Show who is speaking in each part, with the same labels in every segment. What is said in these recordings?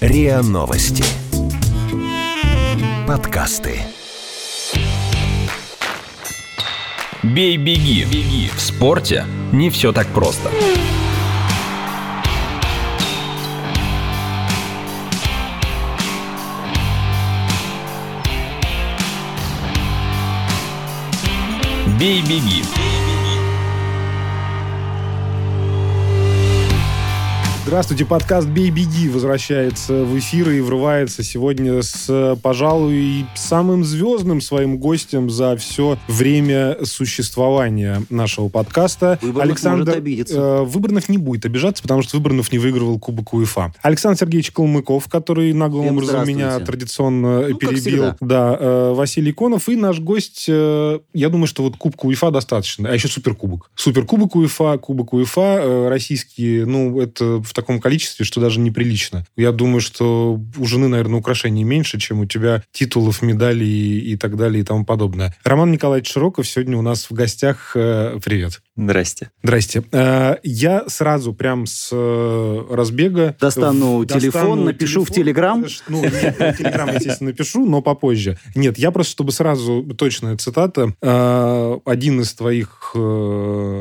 Speaker 1: РИА Новости. Подкасты.
Speaker 2: Бей-беги. Беги. В спорте не все так просто. Бей-беги.
Speaker 3: Здравствуйте, подкаст «Бей, беги» возвращается в эфир и врывается сегодня с, пожалуй, самым звездным своим гостем за все время существования нашего подкаста.
Speaker 4: Выборных может обидеться.
Speaker 3: э, Выборных не будет обижаться, потому что Выборных не выигрывал Кубок УЕФА. Александр Сергеевич Калмыков, который наглым
Speaker 4: Всем
Speaker 3: образом меня
Speaker 4: здравствуйте.
Speaker 3: традиционно
Speaker 4: Ну, как
Speaker 3: перебил.
Speaker 4: всегда.
Speaker 3: Да, э, Василий Иконов и наш гость, э, я думаю, что вот Кубка УЕФА достаточно, а еще Суперкубок. Суперкубок УЕФА, Кубок УЕФА, э, российские, ну, это в таком количестве, что даже неприлично. Я думаю, что у жены, наверное, украшений меньше, чем у тебя титулов, медалей и так далее и тому подобное. Роман Николаевич Широков сегодня у нас в гостях. Э, Привет.
Speaker 5: Здрасте.
Speaker 3: Здрасте. Э, Я сразу прям с э, разбега...
Speaker 4: Достану
Speaker 3: в-
Speaker 4: телефон, напишу в Телеграм.
Speaker 3: Ш- Ну, нет, ну, в Телеграм, естественно, напишу, но попозже. Нет, я просто, чтобы сразу точная цитата, э, один из твоих э,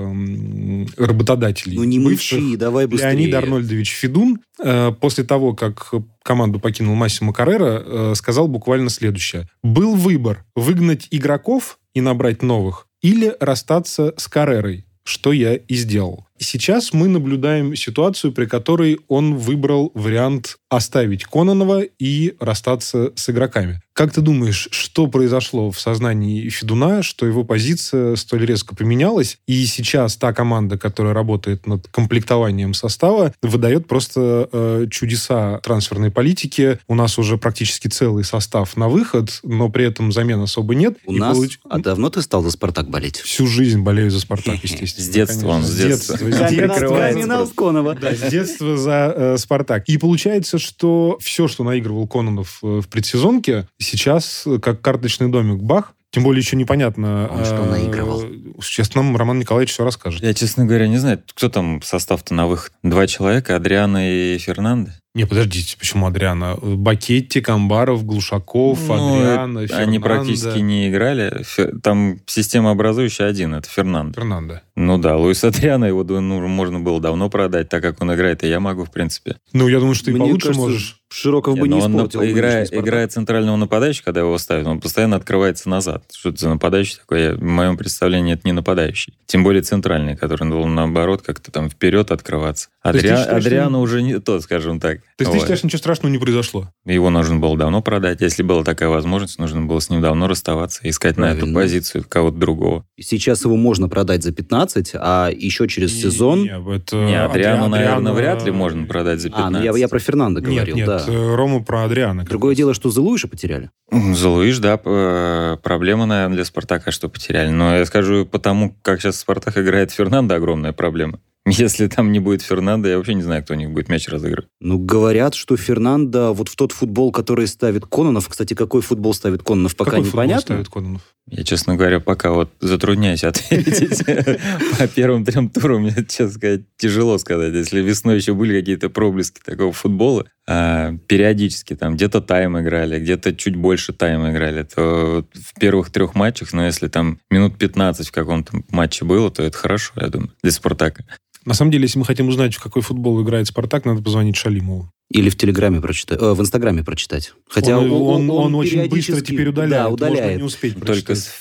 Speaker 3: м, работодателей
Speaker 4: Ну не
Speaker 3: бывших,
Speaker 4: мычи, давай быстрее.
Speaker 3: Леонид Арнольдович Федун э, после того, как команду покинул Массимо Каррера, э, сказал буквально следующее. «Был выбор – выгнать игроков и набрать новых или расстаться с Каррерой, что я и сделал». Сейчас мы наблюдаем ситуацию, при которой он выбрал вариант оставить Кононова и расстаться с игроками. Как ты думаешь, что произошло в сознании Федуна, что его позиция столь резко поменялась, и сейчас та команда, которая работает над комплектованием состава, выдает просто э, чудеса трансферной политики. У нас уже практически целый состав на выход, но при этом замен особо нет.
Speaker 4: У
Speaker 3: И
Speaker 4: нас.
Speaker 3: получ-
Speaker 4: А давно ты стал за Спартак болеть?
Speaker 3: Всю жизнь болею за «Спартак», естественно.
Speaker 5: С детства он,
Speaker 3: Конечно,
Speaker 5: с детства.
Speaker 3: С детства.
Speaker 4: Криминал Конова.
Speaker 3: Да, с детства за э, «Спартак». И получается, что все, что наигрывал Кононов э, в предсезонке, сейчас э, как карточный домик бах. Тем более еще непонятно...
Speaker 4: Он что
Speaker 3: э,
Speaker 4: наигрывал?
Speaker 3: Сейчас нам Роман Николаевич все расскажет.
Speaker 5: Я, честно говоря, не знаю, кто там состав-то на выход. Два человека, Адриана и Фернандо.
Speaker 3: Не, подождите, почему Адриана? Э, Бакетти, Камбаров, Глушаков,
Speaker 5: Ну,
Speaker 3: Адриана,
Speaker 5: это- Они
Speaker 3: Фернандо.
Speaker 5: практически не играли. Фе- Там система образующая один, это Фернандо.
Speaker 3: Фернандо.
Speaker 5: Ну да, Луис Адриана, его да, ну, можно было давно продать, так как он играет, и я могу, в принципе.
Speaker 3: Ну, я думаю, что ты
Speaker 4: Мне
Speaker 3: получше
Speaker 4: кажется,
Speaker 3: можешь. ну
Speaker 4: Широков
Speaker 5: Не,
Speaker 4: бы
Speaker 5: но
Speaker 4: не
Speaker 5: он нап-
Speaker 4: испортил.
Speaker 5: играя,
Speaker 4: нынешний «Спартак».
Speaker 5: играя центрального нападающего, когда его ставят, он постоянно открывается назад. Что это за нападающий такой? Я- в моем представлении это не нападающий. Тем более центральный, который должен, наоборот, как-то там вперед открываться.
Speaker 3: есть ты
Speaker 5: Адриа-
Speaker 3: считаешь, что-
Speaker 5: Адриано уже не тот, скажем так.
Speaker 3: То есть ты
Speaker 5: Вот.
Speaker 3: считаешь, ничего страшного не произошло?
Speaker 5: Его нужно было давно продать. А Если была такая возможность, нужно было с ним давно расставаться, искать на эту
Speaker 4: Правильно.
Speaker 5: позицию кого-то другого.
Speaker 4: Сейчас его можно продать за 15, а еще через сезон...
Speaker 3: Не, это
Speaker 4: Э,
Speaker 5: не, Адриано,
Speaker 3: Адри-
Speaker 5: наверное,
Speaker 3: Адриано-
Speaker 5: вряд ли можно продать за 15.
Speaker 4: А, ну я, я про Фернандо
Speaker 3: Нет,
Speaker 4: говорил,
Speaker 3: нет,
Speaker 4: да.
Speaker 3: э, Рома про Адриана. как
Speaker 4: Другое
Speaker 3: раз.
Speaker 4: дело, что Зелуиша потеряли.
Speaker 5: За Луиш, да, п- э, проблема, наверное, для Спартака, что потеряли. Но я скажу, потому как сейчас Спартак играет Фернандо, огромная проблема. Если там не будет Фернандо, я вообще не знаю, кто у них будет мяч разыгрывать.
Speaker 4: Ну, говорят, что Фернандо вот в тот футбол, который ставит Кононов... Кстати, какой футбол ставит Кононов, пока
Speaker 3: Какой футбол
Speaker 4: непонятно.
Speaker 3: ставит Кононов?
Speaker 5: Я, честно говоря, пока вот затрудняюсь ответить. По первым трем турам, мне, честно сказать, тяжело сказать. Если весной еще были какие-то проблески такого футбола, а, периодически там где-то тайм играли, где-то чуть больше тайм играли, то вот в первых трех матчах, но если там минут 15 в каком-то матче было, то это хорошо, я думаю, для Спартака.
Speaker 3: На самом деле, если мы хотим узнать, в какой футбол играет «Спартак», надо позвонить Шалимову.
Speaker 4: Или в Телеграме прочитать, э, в Инстаграме прочитать. Хотя
Speaker 3: он, он- он очень быстро
Speaker 4: периодически-
Speaker 3: теперь удаляет.
Speaker 4: Да,
Speaker 3: Можно
Speaker 4: удаляет.
Speaker 3: не успеть
Speaker 5: Только
Speaker 3: прочитать.
Speaker 5: с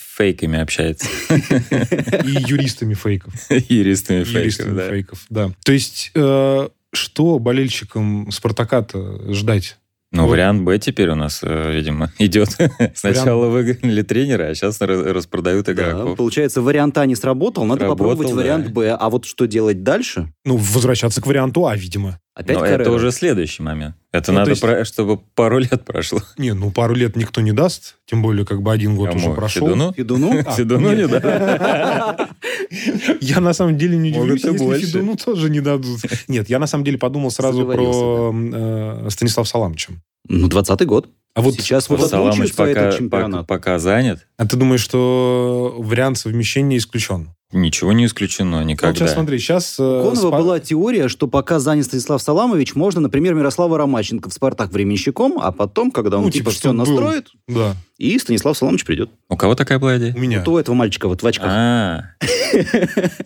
Speaker 5: фейками общается.
Speaker 3: И юристами фейков.
Speaker 5: Юристами
Speaker 3: Юристами
Speaker 5: фейками, да.
Speaker 3: фейков, да. То есть, э, что болельщикам «Спартака»-то ждать?
Speaker 5: Ну,
Speaker 3: Вот.
Speaker 5: вариант Б теперь у нас, э, видимо, идет. Сначала выгнали тренера, а сейчас ра- распродают
Speaker 4: Да,
Speaker 5: игроков.
Speaker 4: получается, вариант А не сработал, надо
Speaker 5: Сработал,
Speaker 4: попробовать
Speaker 5: да.
Speaker 4: вариант Б. А вот что делать дальше?
Speaker 3: Ну, возвращаться к варианту А, видимо.
Speaker 4: Опять
Speaker 5: Но это
Speaker 4: Каррера.
Speaker 5: уже следующий момент. Это
Speaker 3: Ну, то
Speaker 5: надо,
Speaker 3: есть-
Speaker 5: про- чтобы пару лет прошло.
Speaker 3: Не, ну, пару лет никто не даст, тем более, как бы один год уже
Speaker 5: Кому?
Speaker 3: прошел.
Speaker 5: А Федуну?
Speaker 4: Федуну?
Speaker 3: А,
Speaker 5: Федуну не
Speaker 3: нет.
Speaker 5: да.
Speaker 3: Я на самом деле не удивлюсь,
Speaker 5: Может, и
Speaker 3: если
Speaker 5: больше.
Speaker 3: Федуну тоже не дадут. Нет, я на самом деле подумал сразу про э, Станислава Саламовича.
Speaker 4: Ну, 20-й год.
Speaker 3: А вот
Speaker 4: Сейчас вот
Speaker 5: Саламыч
Speaker 4: отлучится
Speaker 5: пока,
Speaker 4: этот
Speaker 5: пока,
Speaker 4: чемпионат.
Speaker 5: пока занят.
Speaker 3: А ты думаешь, что вариант совмещения исключен?
Speaker 5: Ничего не исключено никогда.
Speaker 3: Вот Ну, сейчас смотри, сейчас... э,
Speaker 4: У Конова
Speaker 3: Спа-
Speaker 4: была теория, что пока занят Станислав Саламович, можно, например, Мирослава Ромаченко в «Спартак» временщиком, а потом, когда он
Speaker 3: Ну, типа,
Speaker 4: типа, все
Speaker 3: чтоб был.
Speaker 4: настроит,
Speaker 3: Да,
Speaker 4: и Станислав Саламович придет.
Speaker 5: У кого такая была идея?
Speaker 3: у меня.
Speaker 4: То этого мальчика вот в очках.
Speaker 5: А,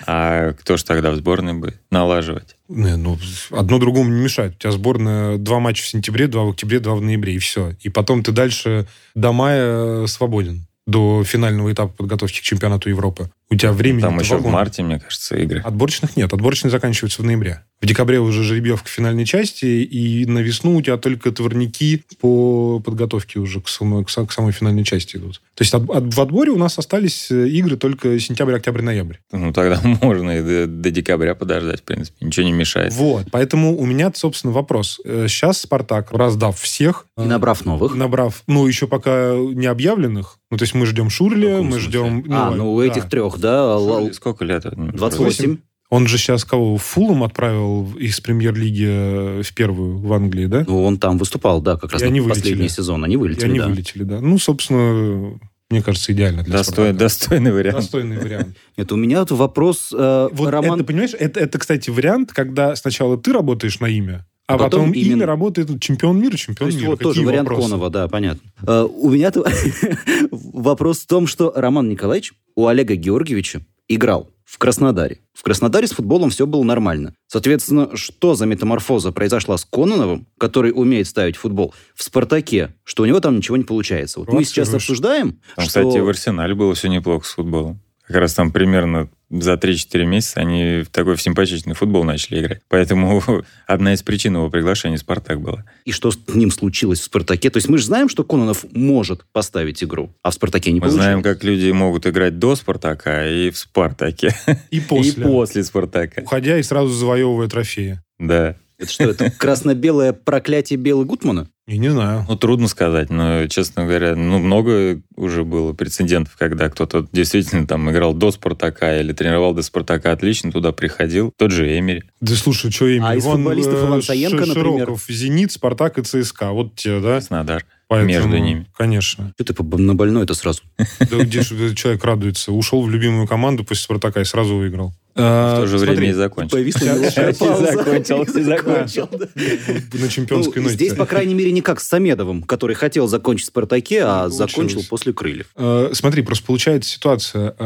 Speaker 5: а кто же тогда в сборной будет налаживать?
Speaker 3: Не, ну, одно другому не мешает. У тебя сборная два матча в сентябре, два в октябре, два в ноябре, и все. И потом ты дальше до мая свободен, до финального этапа подготовки к чемпионату Европы. У тебя времени...
Speaker 5: Там еще в марте, мне кажется, игры.
Speaker 3: Отборочных нет. Отборочные заканчиваются в ноябре. В декабре уже жеребьевка финальной части, и на весну у тебя только творники по подготовке уже к самой, к са- к самой финальной части идут. То есть от- от- в отборе у нас остались э, игры только сентябрь, октябрь, ноябрь.
Speaker 5: Ну, тогда можно и до, до декабря подождать, в принципе. Ничего не мешает.
Speaker 3: Вот. Поэтому у меня, собственно, вопрос. Э, Сейчас «Спартак», раздав всех...
Speaker 4: И
Speaker 3: э,
Speaker 4: набрав новых.
Speaker 3: Набрав, ну, еще пока не объявленных. Ну, то есть мы ждем
Speaker 5: В
Speaker 3: Шурля,
Speaker 5: каком
Speaker 3: мы
Speaker 5: смысле?
Speaker 3: ждем...
Speaker 4: а, ну у
Speaker 3: да.
Speaker 4: этих трех, да, Лал-
Speaker 5: Сколько- Сколько лет?
Speaker 4: 28.
Speaker 3: Он же сейчас кого? Фулом отправил из премьер-лиги э, в первую в Англии, да?
Speaker 4: Ну, он там выступал, да, как раз
Speaker 3: И
Speaker 4: на
Speaker 3: они
Speaker 4: последний
Speaker 3: вылетели.
Speaker 4: сезон. Они
Speaker 3: И
Speaker 4: вылетели,
Speaker 3: они
Speaker 4: да.
Speaker 3: вылетели, да. Ну, собственно, мне кажется, идеально для
Speaker 5: Достой-
Speaker 3: «Спартака».
Speaker 5: достойный вариант.
Speaker 3: Достойный вариант.
Speaker 4: Это у меня вот вопрос, э,
Speaker 3: Вот
Speaker 4: Роман...
Speaker 3: это, понимаешь, это, это, кстати, вариант, когда сначала ты работаешь на имя, а
Speaker 4: А потом
Speaker 3: потом,
Speaker 4: именно-
Speaker 3: имя работает ну, чемпион мира,
Speaker 4: То
Speaker 3: чемпион
Speaker 4: есть
Speaker 3: мира.
Speaker 4: вот тоже
Speaker 3: Какие
Speaker 4: вариант
Speaker 3: вопросы?
Speaker 4: Конова, да, понятно. Э, у меня то- вопрос в том, что Роман Николаевич у Олега Георгиевича играл в Краснодаре. В Краснодаре с футболом все было нормально. Соответственно, что за метаморфоза произошла с Кононовым, который умеет ставить футбол, в «Спартаке», что у него там ничего не получается? Вот мы сейчас
Speaker 3: Провоцируешь.
Speaker 4: обсуждаем,
Speaker 5: Там,
Speaker 4: что...
Speaker 5: кстати, и в Арсенале было все неплохо с футболом. Как раз там примерно за 3-4 месяца они в такой в симпатичный футбол начали играть. Поэтому одна из причин его приглашения «Спартак» была.
Speaker 4: и что с ним случилось в «Спартаке». То есть мы же знаем, что Кононов может поставить игру, а в «Спартаке» не
Speaker 5: Мы
Speaker 4: получилось.
Speaker 5: знаем, как люди могут играть до «Спартака» и в «Спартаке».
Speaker 3: И
Speaker 5: И после «Спартака».
Speaker 3: уходя и сразу завоевывая трофеи.
Speaker 5: Да.
Speaker 4: Это что, это красно-белое проклятие Белы Гутмана?
Speaker 3: Я не знаю.
Speaker 5: Ну, трудно сказать, но, честно говоря, ну, много уже было прецедентов, когда кто-то действительно там играл до «Спартака» или тренировал до «Спартака» отлично, туда приходил. Тот же Эмери.
Speaker 3: Да слушай, что имя?
Speaker 4: А из футболистов Иван Саенко, например?
Speaker 3: э, Широков, Зенит, Спартак и ЦСКА. Вот те, да?
Speaker 5: Краснодар.
Speaker 3: Поэтому,
Speaker 5: Между ними.
Speaker 3: Конечно.
Speaker 4: Что ты по- на больное это сразу?
Speaker 3: Да где же человек радуется? Ушел в любимую команду после Спартака и сразу выиграл.
Speaker 4: А,
Speaker 5: В то же время и закончил.
Speaker 4: Повисла неловкая
Speaker 3: Сейчас и
Speaker 4: пауза.
Speaker 5: закончил, и закончил,
Speaker 3: На чемпионской
Speaker 4: Ну,
Speaker 3: ноте.
Speaker 4: здесь, по крайней мере, не как с Самедовым, который хотел закончить в «Спартаке», а
Speaker 3: Не получилось.
Speaker 4: закончил после «Крыльев».
Speaker 3: Э, Смотри, просто получается ситуация.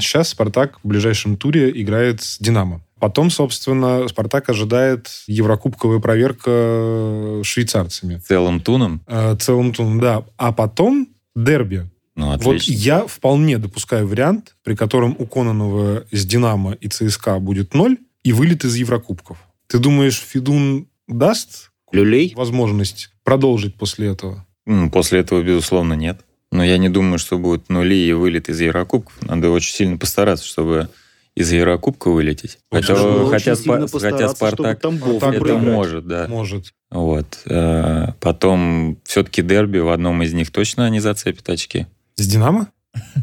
Speaker 3: Сейчас «Спартак» в ближайшем туре играет с «Динамо». Потом, собственно, «Спартак» ожидает еврокубковая проверка э, швейцарцами.
Speaker 5: Целым туном?
Speaker 3: Э, Целым туном, да. А потом дерби.
Speaker 5: Ну,
Speaker 3: Вот
Speaker 5: отлично.
Speaker 3: я вполне допускаю вариант, при котором у Кононова с «Динамо» и ЦСКА будет ноль и вылет из Еврокубков. Ты думаешь, Федун даст
Speaker 4: Люлей?
Speaker 3: возможность продолжить после этого?
Speaker 5: М, После этого, безусловно, нет. Но я не думаю, что будут нули и вылет из Еврокубков. Надо очень сильно постараться, чтобы из Еврокубка вылететь.
Speaker 3: Вот
Speaker 5: Хотя,
Speaker 3: нужно
Speaker 5: хотя,
Speaker 3: очень
Speaker 5: Спа- хотя Спартак
Speaker 4: Тамбов
Speaker 3: так
Speaker 5: это
Speaker 3: проиграть.
Speaker 5: может, да.
Speaker 3: Может.
Speaker 5: Вот. Э, Потом все-таки дерби в одном из них точно они зацепят очки.
Speaker 3: С «Динамо»?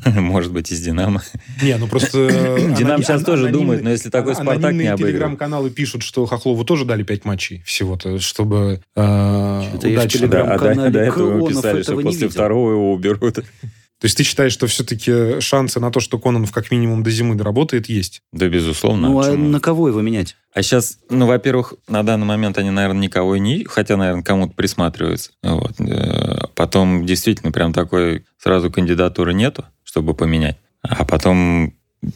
Speaker 5: Может быть, из Динамо.
Speaker 3: Не, ну просто... э,
Speaker 5: Динамо сейчас
Speaker 3: аноним-
Speaker 5: тоже
Speaker 3: анонимные-
Speaker 5: думает, но если такой Спартак не
Speaker 3: Анонимные
Speaker 5: обыграл.
Speaker 3: телеграм-каналы пишут, что Хохлову тоже дали 5 матчей всего-то, чтобы э,
Speaker 4: Чё-то я в
Speaker 3: удачно.
Speaker 4: телеграм-
Speaker 5: Да, а до,
Speaker 4: телеграм-канале
Speaker 5: до этого
Speaker 4: Крылонов
Speaker 5: писали,
Speaker 4: этого
Speaker 5: что
Speaker 4: не
Speaker 5: после
Speaker 4: видел.
Speaker 5: второго его уберут.
Speaker 3: То есть ты считаешь, что все-таки шансы на то, что Кононов как минимум до зимы доработает, есть?
Speaker 5: Да, безусловно.
Speaker 4: Ну, а
Speaker 5: почему?
Speaker 4: на кого его менять?
Speaker 5: А сейчас, ну, во-первых, на данный момент они, наверное, никого и не... Хотя, наверное, кому-то присматриваются. Вот. Э, Потом действительно прям такой сразу кандидатуры нету, чтобы поменять. А потом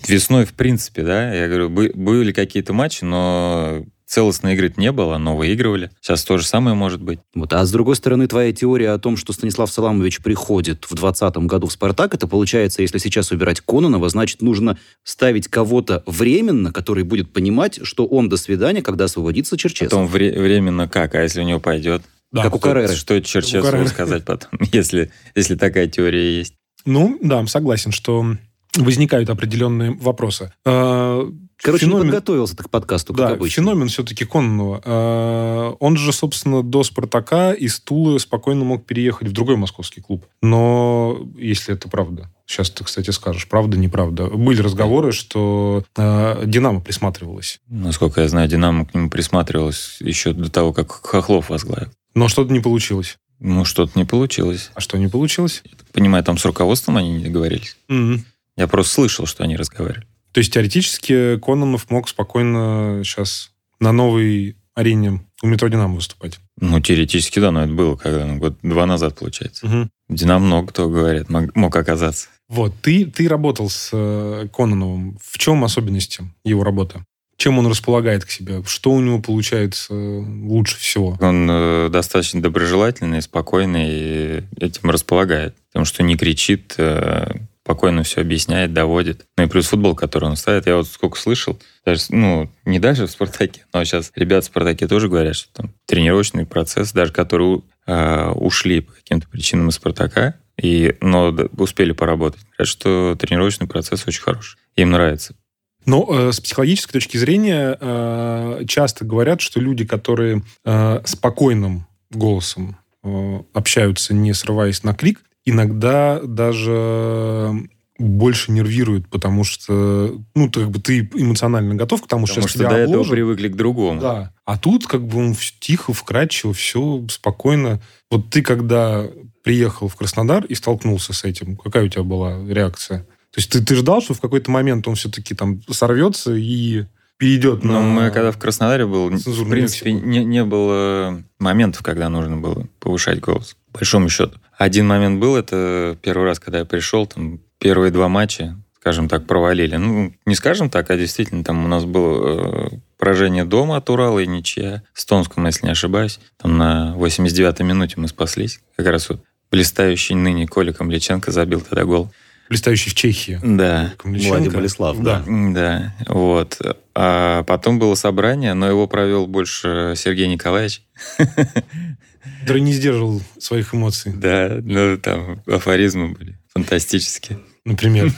Speaker 5: весной, в принципе, да, я говорю, бы- были какие-то матчи, но целостной игры не было, но выигрывали. Сейчас то же самое может быть.
Speaker 4: Вот. А с другой стороны, твоя теория о том, что Станислав Саламович приходит в 2020 году в «Спартак», это получается, если сейчас убирать Кононова, значит, нужно ставить кого-то временно, который будет понимать, что он до свидания, когда освободится Черчесов.
Speaker 5: Потом вре- временно как, а если у него пойдет?
Speaker 3: Да.
Speaker 4: как у
Speaker 5: Что-
Speaker 4: Карреры.
Speaker 5: Что Черчесову
Speaker 3: Карреры.
Speaker 5: сказать потом, если, если такая теория есть?
Speaker 3: Ну, да, согласен, что возникают определенные вопросы. Э,
Speaker 4: Короче, не
Speaker 3: феномен-
Speaker 4: подготовился ты к подкасту, как
Speaker 3: да,
Speaker 4: обычно.
Speaker 3: феномен все-таки Кононова. Э, Он же, собственно, до «Спартака» из Тулы спокойно мог переехать в другой московский клуб. Но, если это правда, сейчас ты, кстати, скажешь, правда, неправда. Были разговоры, что э, «Динамо» присматривалось.
Speaker 5: Насколько я знаю, Динамо к нему присматривалось еще до того, как Хохлов возглавил.
Speaker 3: Но что-то не получилось.
Speaker 5: Ну, что-то не получилось.
Speaker 3: А что не получилось?
Speaker 5: Понимаю, там с руководством они не договорились.
Speaker 3: М.
Speaker 5: Я просто слышал, что они разговаривали.
Speaker 3: То есть теоретически Кононов мог спокойно сейчас на новой арене у метро «Динамо» выступать.
Speaker 5: Ну, теоретически, да, но это было когда, ну, год два назад, получается.
Speaker 3: Мгм.
Speaker 5: В Динамо много кто, говорят, мог, мог оказаться.
Speaker 3: Вот, ты, ты работал с э, Кононовым. В чем особенности его работы? Чем он располагает к себе? Что у него получается э, лучше всего?
Speaker 5: Он э, достаточно доброжелательный, спокойный, и этим располагает. Потому что не кричит, э, спокойно все объясняет, доводит. Ну и плюс футбол, который он ставит. Я вот сколько слышал, даже, ну, не даже в «Спартаке», но сейчас ребят в «Спартаке» тоже говорят, что там тренировочный процесс, даже которые э, ушли по каким-то причинам из «Спартака», и, но д- успели поработать. Говорят, что тренировочный процесс очень хороший. Им нравится.
Speaker 3: Но э, с психологической точки зрения э, часто говорят, что люди, которые э, спокойным голосом э, общаются, не срываясь на крик, иногда даже больше нервируют, потому что ну ты как бы ты эмоционально готов к тому,
Speaker 5: Потому
Speaker 3: сейчас
Speaker 5: что
Speaker 3: тебя
Speaker 5: до этого
Speaker 3: обложат.
Speaker 5: привыкли к другому.
Speaker 3: Да. А тут как бы он вс- тихо, вкрадчиво, все спокойно. Вот ты когда приехал в Краснодар и столкнулся с этим, какая у тебя была реакция? То есть ты, ты ждал, что в какой-то момент он все-таки там сорвется и перейдет
Speaker 5: Но
Speaker 3: на...
Speaker 5: Ну, мы когда в Краснодаре был, в
Speaker 3: Цензурную
Speaker 5: принципе,
Speaker 3: лексику.
Speaker 5: не, не было моментов, когда нужно было повышать голос, по большому счету. Один момент был, это первый раз, когда я пришел, там первые два матча, скажем так, провалили. Ну, не скажем так, а действительно, там у нас было э, поражение дома от Урала и ничья. С Томском, если не ошибаюсь, там на 89-й минуте мы спаслись. Как раз вот блистающий ныне Коля Комлеченко забил тогда гол.
Speaker 3: Блистающий в Чехии.
Speaker 5: Да.
Speaker 3: Камличенко.
Speaker 4: Владимир Болеслав, да.
Speaker 5: Да, вот. А потом было собрание, но его провел больше Сергей Николаевич.
Speaker 3: Который не сдерживал своих эмоций,
Speaker 5: Да, ну там афоризмы были фантастические.
Speaker 3: например.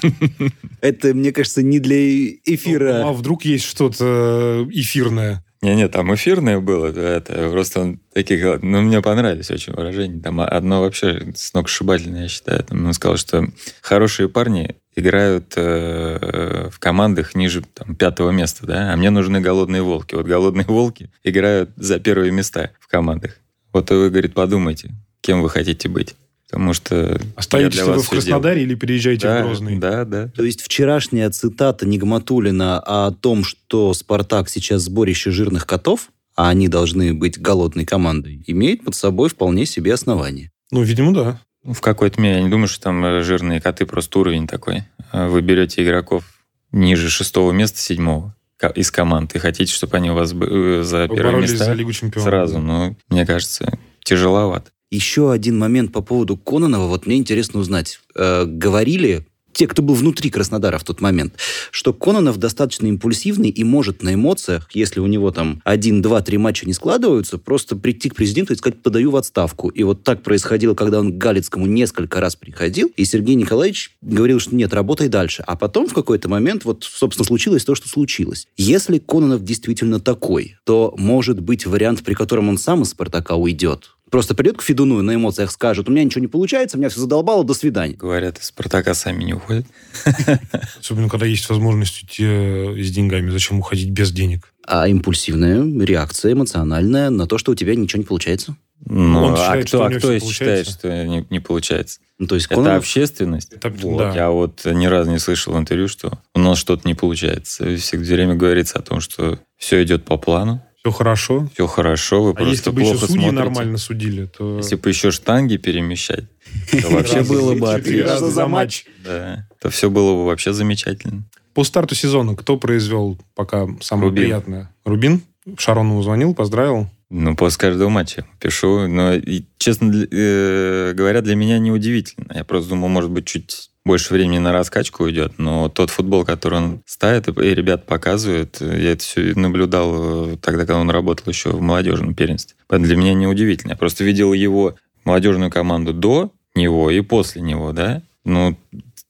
Speaker 4: Это, мне кажется, не для
Speaker 3: А
Speaker 4: эфира.
Speaker 3: вдруг есть что-то эфирное?
Speaker 5: Не-не, там эфирное было, да, это просто он таких... Ну, мне понравились очень выражения. Там одно вообще сногсшибательное, я считаю. Там он сказал, что хорошие парни играют э, в командах ниже там, пятого места, да, а мне нужны голодные волки. Вот голодные волки играют за первые места в командах. Вот и вы, говорит, подумайте, кем вы хотите быть. Потому что...
Speaker 3: Остаетесь
Speaker 5: я
Speaker 3: ли
Speaker 5: для
Speaker 3: вы
Speaker 5: вас
Speaker 3: в
Speaker 5: всё сделал.
Speaker 3: Краснодаре или переезжаете в Грозный?
Speaker 5: Да, да, да.
Speaker 4: То есть вчерашняя цитата Нигматулина о том, что «Спартак» сейчас сборище жирных котов, а они должны быть голодной командой, имеет под собой вполне себе основание.
Speaker 3: Ну, видимо, да.
Speaker 5: Ну, В какой-то мере. Я не думаю, что там э, жирные коты, просто уровень такой. А Вы берете игроков ниже шестого места, седьмого ко- из команд, и хотите, чтобы они у вас бы- э, за
Speaker 3: Вы
Speaker 5: первое
Speaker 3: боролись за
Speaker 5: место
Speaker 3: Лигу Чемпионов.
Speaker 5: сразу. Но мне кажется, тяжеловато.
Speaker 4: Еще один момент по поводу Кононова. Вот мне интересно узнать. Э, говорили те, кто был внутри Краснодара в тот момент, что Кононов достаточно импульсивный и может на эмоциях, если у него там один, два, три матча не складываются, просто прийти к президенту и сказать «подаю в отставку». И вот так происходило, когда он к Галицкому несколько раз приходил, и Сергей Николаевич говорил, что нет, работай дальше. А потом в какой-то момент вот, собственно, случилось то, что случилось. Если Кононов действительно такой, то может быть вариант, при котором он сам из «Спартака» уйдет. Просто придет к Федуну и на эмоциях скажет, у меня ничего не получается, меня все задолбало, до свидания.
Speaker 5: Говорят, из Спартака сами не уходят.
Speaker 3: Особенно, когда есть возможность уйти э, с деньгами. Зачем уходить без денег?
Speaker 4: А импульсивная реакция эмоциональная на то, что у тебя ничего не получается.
Speaker 5: Ну,
Speaker 3: Он
Speaker 5: а
Speaker 3: считает, что
Speaker 5: кто,
Speaker 3: у
Speaker 5: а
Speaker 3: него
Speaker 5: кто
Speaker 3: всё
Speaker 5: если считает,
Speaker 3: получается?
Speaker 5: что не, не получается?
Speaker 4: Ну, то есть
Speaker 5: Это
Speaker 4: Кононов...
Speaker 5: общественность.
Speaker 3: Это-
Speaker 5: Вот.
Speaker 3: да.
Speaker 5: Я вот ни разу не слышал в интервью, что у нас что-то не получается. Всегда время говорится о том, что все идет по плану,
Speaker 3: Все хорошо,
Speaker 5: все хорошо, вы
Speaker 3: А
Speaker 5: просто
Speaker 3: если бы
Speaker 5: плохо
Speaker 3: еще судьи
Speaker 5: смотрите.
Speaker 3: нормально судили, то...
Speaker 5: Если бы еще штанги перемещать, то вообще
Speaker 3: Раза
Speaker 5: было
Speaker 3: три,
Speaker 5: бы
Speaker 3: четыре
Speaker 5: отлично.
Speaker 4: раза. за матч.
Speaker 5: Да, то все было бы вообще замечательно.
Speaker 3: По старту сезона кто произвел пока самое
Speaker 5: Рубин.
Speaker 3: приятное? Рубин. Шаронову звонил, поздравил.
Speaker 5: Ну, после каждого матча пишу. Но, и, честно для- э, говоря, для меня неудивительно. Я просто думал, может быть, чуть больше времени на раскачку уйдет. Но тот футбол, который он ставит, и, и ребят показывает, э, я это все наблюдал э, тогда, когда он работал еще в молодежном первенстве. Поэтому для меня неудивительно. Я просто видел его молодежную команду до него и после него, да? Ну,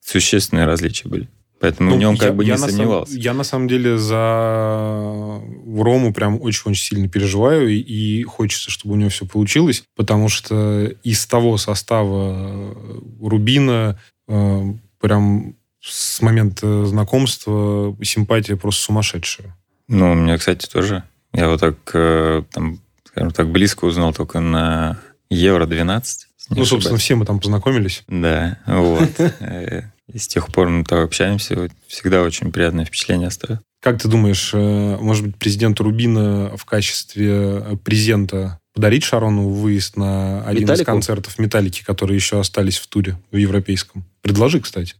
Speaker 5: существенные различия были. Поэтому в
Speaker 3: Ну,
Speaker 5: нем
Speaker 3: я-
Speaker 5: как бы
Speaker 3: я
Speaker 5: не
Speaker 3: на сам-
Speaker 5: сомневался.
Speaker 3: я на самом деле за Рому прям очень-очень сильно переживаю, и, и хочется, чтобы у него все получилось, потому что из того состава э, Рубина э, прям с момента знакомства симпатия просто сумасшедшая.
Speaker 5: Ну, у меня, кстати, тоже. Я вот так, э, там, скажем так, близко узнал только на Евро-12. если не
Speaker 3: Ну, собственно,
Speaker 5: ошибаюсь.
Speaker 3: все мы там познакомились.
Speaker 5: Да, вот. Э, И с тех пор мы так общаемся. Всегда очень приятное впечатление оставил.
Speaker 3: Как ты думаешь, э, может быть, президенту Рубина в качестве э, презента подарить Шарону выезд на один из
Speaker 4: Металлику?
Speaker 3: концертов «Металлики», которые еще остались в туре, в европейском? Предложи, кстати.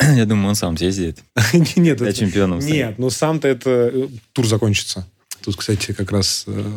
Speaker 5: Я думаю, он сам съездит.
Speaker 3: Нет,
Speaker 5: Я
Speaker 3: это-
Speaker 5: чемпионом станет.
Speaker 3: Нет, но Ну, сам-то это... э, Тур закончится. Тут, кстати, как раз э,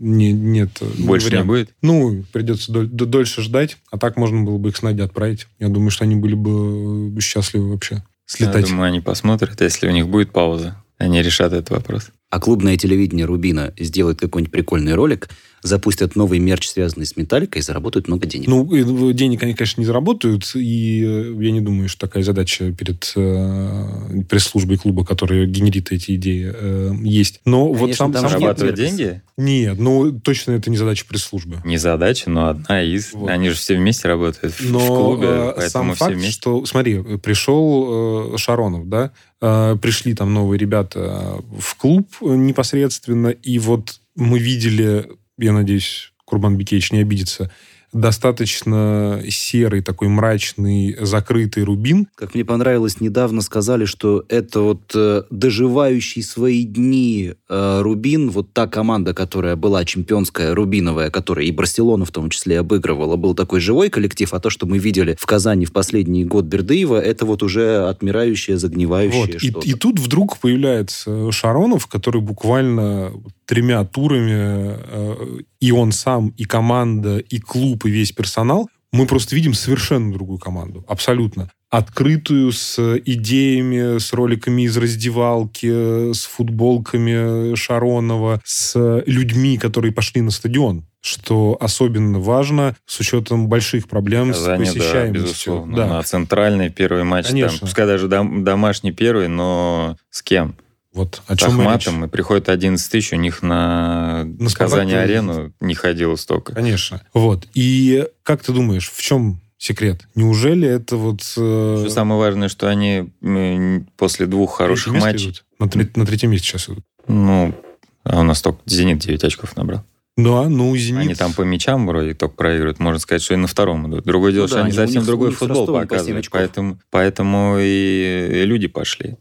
Speaker 3: не- нет... э,
Speaker 5: Больше не
Speaker 3: варианта.
Speaker 5: будет.
Speaker 3: Ну, придется дол- д- дольше ждать, а так можно было бы их с Надей отправить. Я думаю, что они были бы э, счастливы вообще
Speaker 5: Я
Speaker 3: слетать.
Speaker 5: думаю, они посмотрят, А если у них будет пауза. Они решат этот вопрос.
Speaker 4: А клубное телевидение Рубина сделает какой-нибудь прикольный ролик, запустят новый мерч, связанный с металликой, и заработают много денег.
Speaker 3: Ну, и, э, денег они, конечно, не заработают, и э, я не думаю, что такая задача перед э, пресс-службой клуба, которая генерит эти идеи, э, есть. Но вот
Speaker 4: Конечно,
Speaker 3: сам...
Speaker 4: там
Speaker 3: сам-
Speaker 4: же
Speaker 5: Зарабатывать
Speaker 4: нет,
Speaker 5: деньги?
Speaker 3: Нет, ну, точно это не задача пресс-службы.
Speaker 5: Не задача, но одна из.
Speaker 3: Вот.
Speaker 5: Они же все вместе работают в- в
Speaker 3: Но
Speaker 5: клубе,
Speaker 3: э,
Speaker 5: поэтому
Speaker 3: сам
Speaker 5: все
Speaker 3: факт,
Speaker 5: вместе.
Speaker 3: что, смотри, э, пришел э, Шаронов, да, э, пришли там новые ребята э, в клуб э, непосредственно, и вот мы видели, я надеюсь, Курбан Бикевич не обидится, достаточно серый, такой мрачный, закрытый рубин.
Speaker 4: Как мне понравилось, недавно сказали, что это вот э, доживающий свои дни э, Рубин, вот та команда, которая была чемпионская, Рубиновая, которая и Барселону в том числе обыгрывала, был такой живой коллектив, а то, что мы видели в Казани в последний год Бердыева, это вот уже отмирающее,
Speaker 3: Вот.
Speaker 4: загнивающее
Speaker 3: И,
Speaker 4: что-то.
Speaker 3: и тут вдруг появляется Шаронов, который буквально тремя турами э, и он сам, и команда, и клуб, и весь персонал, мы просто видим совершенно другую команду. Абсолютно. Открытую с идеями, с роликами из раздевалки, с футболками Шаронова, с людьми, которые пошли на стадион что особенно важно с учетом больших проблем
Speaker 5: Казани,
Speaker 3: с
Speaker 5: да,
Speaker 3: посещаемостью.
Speaker 5: безусловно.
Speaker 3: Да.
Speaker 5: На центральный первый матч. Там,
Speaker 3: Конечно.
Speaker 5: пускай даже дом- домашний первый, но с кем?
Speaker 3: Вот о
Speaker 5: С
Speaker 3: чем и речь.
Speaker 5: Ахматом. И приходит 11 тысяч, у них на,
Speaker 3: На «Спартак»
Speaker 5: Казани-арену не ходило столько.
Speaker 3: Конечно. Вот. И как ты думаешь, в чем секрет? Неужели это вот... э,
Speaker 5: Что самое важное, что они м, после двух
Speaker 3: третье
Speaker 5: хороших
Speaker 3: место
Speaker 5: матчей...
Speaker 3: идут? На, тре- на третьем месте сейчас идут.
Speaker 5: Ну, а у нас только «Зенит» 9 очков набрал.
Speaker 3: Да, ну, «Зенит».
Speaker 5: Они там по мячам вроде только проигрывают. Можно сказать, что и на втором идут. Другое дело,
Speaker 4: Ну
Speaker 5: что
Speaker 4: да,
Speaker 5: они
Speaker 4: они- у
Speaker 5: совсем
Speaker 4: них- у
Speaker 5: другой
Speaker 4: них с
Speaker 5: футбол
Speaker 4: Ростовом по семь
Speaker 5: показывают.
Speaker 4: очков.
Speaker 5: Поэтому, поэтому и, и люди пошли.